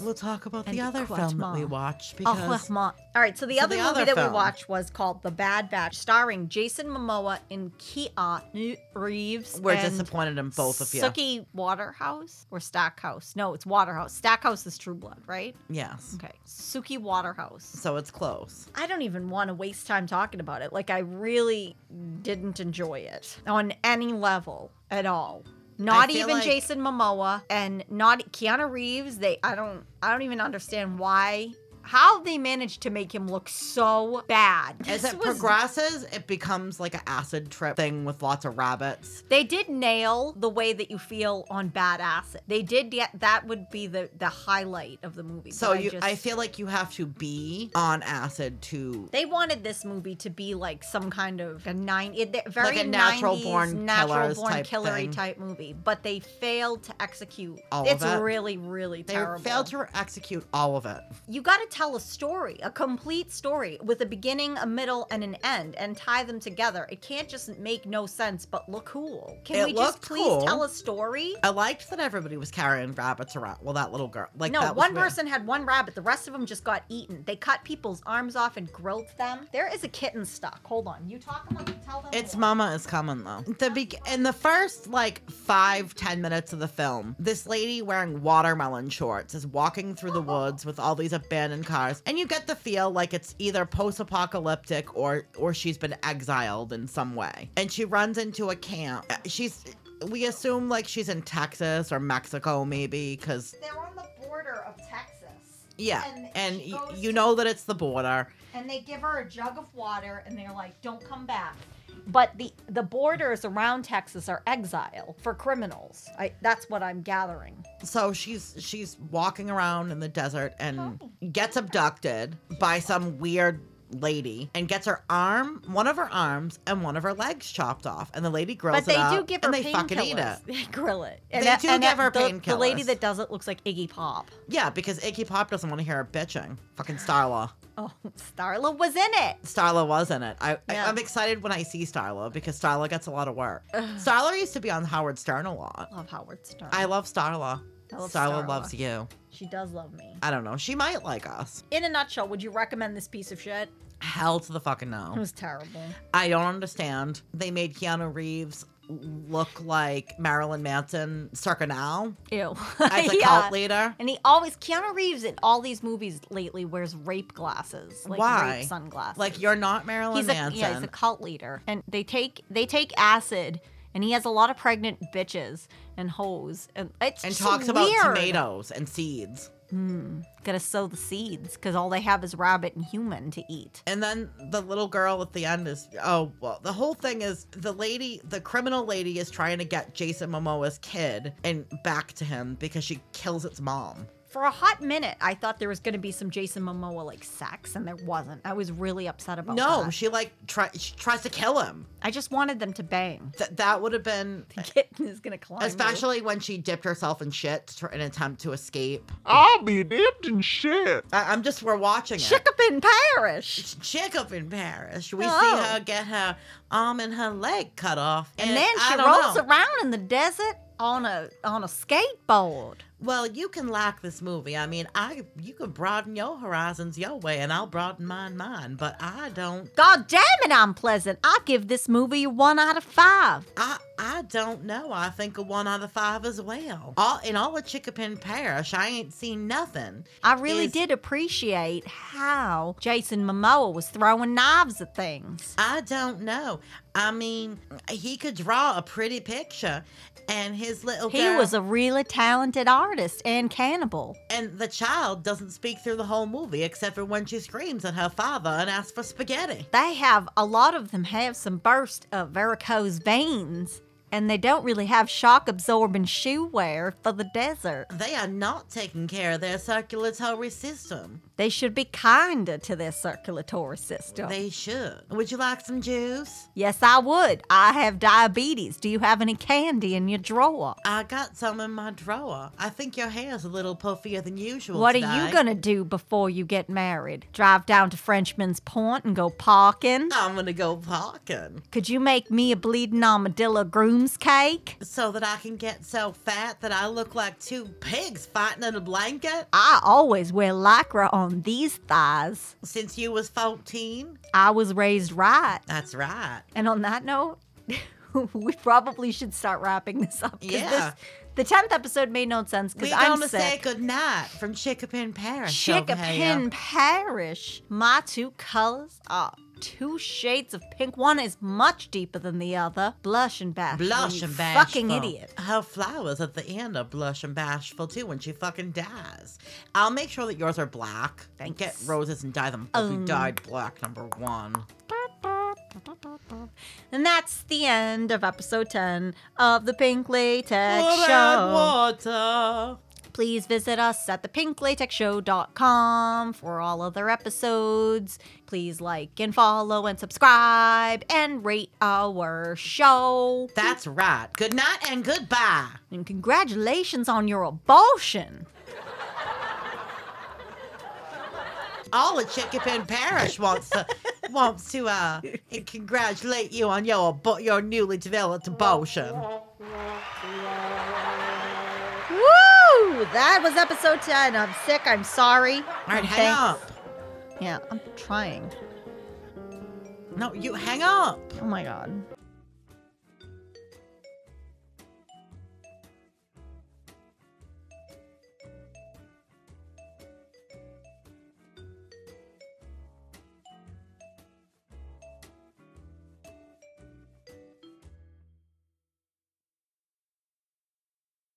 Speaker 4: We'll talk about
Speaker 3: And
Speaker 4: the other film that
Speaker 3: Quat'ma.
Speaker 4: we watched
Speaker 3: Oh,
Speaker 4: because
Speaker 3: Rahman. All right, so the
Speaker 4: So
Speaker 3: other
Speaker 4: the
Speaker 3: movie
Speaker 4: other
Speaker 3: that we
Speaker 4: film.
Speaker 3: watched was called The Bad Batch, starring Jason Momoa and Keanu Reeves.
Speaker 4: we're
Speaker 3: and
Speaker 4: disappointed in both of you.
Speaker 3: Sookie Waterhouse or Stackhouse? No, it's Waterhouse. Stackhouse is True Blood, right?
Speaker 4: Yes.
Speaker 3: Okay, Suki Waterhouse.
Speaker 4: So it's close.
Speaker 3: I don't even want to waste time talking about it. Like I really didn't enjoy it on any level at all. Not
Speaker 4: feel
Speaker 3: even
Speaker 4: like-
Speaker 3: Jason Momoa and not Keanu Reeves. They I don't I don't even understand why how they managed to make him look so bad.
Speaker 4: As
Speaker 3: This
Speaker 4: it
Speaker 3: was-
Speaker 4: progresses, it becomes like an acid trip thing with lots of rabbits.
Speaker 3: they did nail the way that you feel on badass. They did get that would be the the highlight of the movie.
Speaker 4: So
Speaker 3: but
Speaker 4: you, I
Speaker 3: just-
Speaker 4: feel like you have to be on acid to
Speaker 3: They wanted this movie to be like some kind of a nine, it, they're very
Speaker 4: a natural
Speaker 3: 90s,
Speaker 4: born
Speaker 3: natural
Speaker 4: killers
Speaker 3: born
Speaker 4: type
Speaker 3: killery
Speaker 4: thing.
Speaker 3: type movie, but they failed to execute.
Speaker 4: All of
Speaker 3: it's
Speaker 4: it.
Speaker 3: really, really
Speaker 4: they
Speaker 3: terrible.
Speaker 4: failed to execute all of it.
Speaker 3: you got to tell a story, a complete story with a beginning, a middle, and an end, and tie them together. It can't just make no sense but look cool. Can
Speaker 4: It
Speaker 3: we just
Speaker 4: looked
Speaker 3: please
Speaker 4: cool.
Speaker 3: tell a story?
Speaker 4: I liked that everybody was carrying rabbits around. Well, that little girl, like
Speaker 3: no,
Speaker 4: that was
Speaker 3: one
Speaker 4: weird.
Speaker 3: person had one rabbit. The rest of them just got eaten. They cut people's arms off and grilled them. There is a kitten stuck. Hold on. You talk about tell them.
Speaker 4: It's
Speaker 3: more.
Speaker 4: Mama is coming though. The be- in the first like five ten minutes of the film, this lady wearing watermelon shorts is walking through the woods with all these abandoned cars, and you get the feel like it's either post-apocalyptic or or she's been exiled in some way. And she runs into a camp. Uh, She's we assume like she's in Texas or Mexico maybe because
Speaker 3: They're on the border of Texas.
Speaker 4: yeah,
Speaker 3: And
Speaker 4: and,
Speaker 3: she
Speaker 4: y-
Speaker 3: goes
Speaker 4: you
Speaker 3: to-
Speaker 4: know that it's the border.
Speaker 3: and they give her a jug of water and they're like don't come back but the the borders around texas are exile for criminals I, that's what i'm gathering
Speaker 4: so she's she's walking around in the desert and
Speaker 3: Oh.
Speaker 4: gets abducted by some weird lady and gets her arm one of her arms and one of her legs chopped off and the lady grills
Speaker 3: but they
Speaker 4: it up
Speaker 3: do give her
Speaker 4: and they fucking eat it
Speaker 3: painkillers they grill it and
Speaker 4: They
Speaker 3: that-
Speaker 4: do
Speaker 3: and
Speaker 4: give
Speaker 3: that-
Speaker 4: her
Speaker 3: the, the lady
Speaker 4: painkillers.
Speaker 3: that does it looks like iggy pop
Speaker 4: yeah because iggy pop doesn't want to hear her bitching fucking starla
Speaker 3: oh starla was in it
Speaker 4: starla was in it I,
Speaker 3: Yeah.
Speaker 4: I i'm excited when i see starla because starla gets a lot of work starla used to be on howard stern a lot
Speaker 3: love howard stern
Speaker 4: i love starla
Speaker 3: I love
Speaker 4: starla,
Speaker 3: Starla.
Speaker 4: loves you
Speaker 3: she does love me
Speaker 4: i don't know she might like us
Speaker 3: in a nutshell would you recommend this piece of shit
Speaker 4: hell to the fucking no
Speaker 3: it was terrible
Speaker 4: I don't understand. They made Keanu Reeves look like Marilyn Manson circa now
Speaker 3: ew
Speaker 4: as a
Speaker 3: Yeah.
Speaker 4: cult leader.
Speaker 3: And he always Keanu Reeves in all these movies lately wears rape glasses, like
Speaker 4: Why?
Speaker 3: rape sunglasses.
Speaker 4: Like you're not Marilyn
Speaker 3: he's a,
Speaker 4: Manson.
Speaker 3: yeah, he's a cult leader, and they take they take acid, and he has a lot of pregnant bitches and hoes, and it's
Speaker 4: and
Speaker 3: just
Speaker 4: talks about
Speaker 3: weird.
Speaker 4: tomatoes and seeds.
Speaker 3: Gotta sow the seeds because all they have is rabbit and human to eat.
Speaker 4: And then the little girl at the end is oh well the whole thing is the lady the criminal lady is trying to get Jason Momoa's kid and back to him because she kills its mom.
Speaker 3: For a hot minute, I thought there was gonna be some Jason Momoa like sex, and there wasn't. I was really upset about
Speaker 4: no,
Speaker 3: that.
Speaker 4: she like try, she tries to kill him.
Speaker 3: I just wanted them to bang.
Speaker 4: Th- that would have been
Speaker 3: The kitten is gonna climb. you.
Speaker 4: Especially when she dipped herself in shit to try- in an attempt to escape.
Speaker 1: I'll be dipped in shit.
Speaker 4: I- I'm just, we're watching it.
Speaker 3: Chickapin Parish.
Speaker 4: Chick up in Paris. We
Speaker 3: Oh.
Speaker 4: see her get her arm and her leg cut off. And,
Speaker 3: and then
Speaker 4: I
Speaker 3: she
Speaker 4: don't
Speaker 3: rolls
Speaker 4: know.
Speaker 3: around in the desert on a on a skateboard.
Speaker 4: Well, you can like this movie. I mean, I you can broaden your horizons your way, and I'll broaden mine mine, but I don't.
Speaker 3: God damn it, I'm pleasant. I give this movie a one out of five.
Speaker 4: I, I don't know. I think a one out of five as well. All in all of Chickapin Parish, I ain't seen nothing.
Speaker 3: I really
Speaker 4: Is-
Speaker 3: did appreciate how Jason Momoa was throwing knives at things.
Speaker 4: I don't know. I mean, he could draw a pretty picture, and his little
Speaker 3: He
Speaker 4: Oh, girl-
Speaker 3: was a really talented artist and cannibal.
Speaker 4: and the child doesn't speak through the whole movie except for when she screams at her father and asks for spaghetti.
Speaker 3: They have a lot of them have some burst of varicose veins, and they don't really have shock absorbing shoe wear for the desert.
Speaker 4: They are not taking care of their circulatory system.
Speaker 3: They should be kinder to their circulatory system.
Speaker 4: They should. Would you like some juice?
Speaker 3: Yes, I would. I have diabetes. Do you have any candy in your drawer?
Speaker 4: I got some in my drawer. I think your hair's a little puffier than usual.
Speaker 3: What
Speaker 4: today.
Speaker 3: are you going to do before you get married? Drive down to Frenchman's Point and go parking?
Speaker 4: I'm gonna go parking
Speaker 3: Could you make me a bleeding armadillo groom's cake?
Speaker 4: so that I can get so fat that I look like two pigs fighting in a blanket.
Speaker 3: I always wear lycra on these thighs.
Speaker 4: Since you was 14?
Speaker 3: I was raised right.
Speaker 4: That's right.
Speaker 3: And on that note, we probably should start wrapping this up. 'cause
Speaker 4: Yeah.
Speaker 3: this, the 10th episode made no sense
Speaker 4: We're
Speaker 3: because I'm
Speaker 4: gonna
Speaker 3: sick.
Speaker 4: say goodnight from Chickapin Parish. over here.
Speaker 3: Chickapin Parish. My two colors are two shades of pink. One is much deeper than the other. Blush and bashful.
Speaker 4: Blush
Speaker 3: you
Speaker 4: and bashful.
Speaker 3: Fucking idiot.
Speaker 4: Her flowers at the end are blush and bashful too when she fucking dies. I'll make sure that yours are black.
Speaker 3: Thanks.
Speaker 4: Get roses and dye them. Oh.
Speaker 3: Um.
Speaker 4: You dyed black, number one.
Speaker 3: And that's the end of episode 10 of the Pink Latex
Speaker 4: Blood and
Speaker 3: Show.
Speaker 4: water.
Speaker 3: Please visit us at thepinklatecshow.com for all other episodes. Please like and follow and subscribe and rate our show.
Speaker 4: That's right. Good night and goodbye.
Speaker 3: And congratulations on your abortion.
Speaker 4: all of Chickapin Parish wants to wants to uh congratulate you on your abo- your newly developed abortion.
Speaker 3: Woo! That was episode 10. I'm sick. I'm sorry.
Speaker 4: All right, hang up.
Speaker 3: Yeah, I'm trying.
Speaker 4: No, you hang up.
Speaker 3: Oh my god.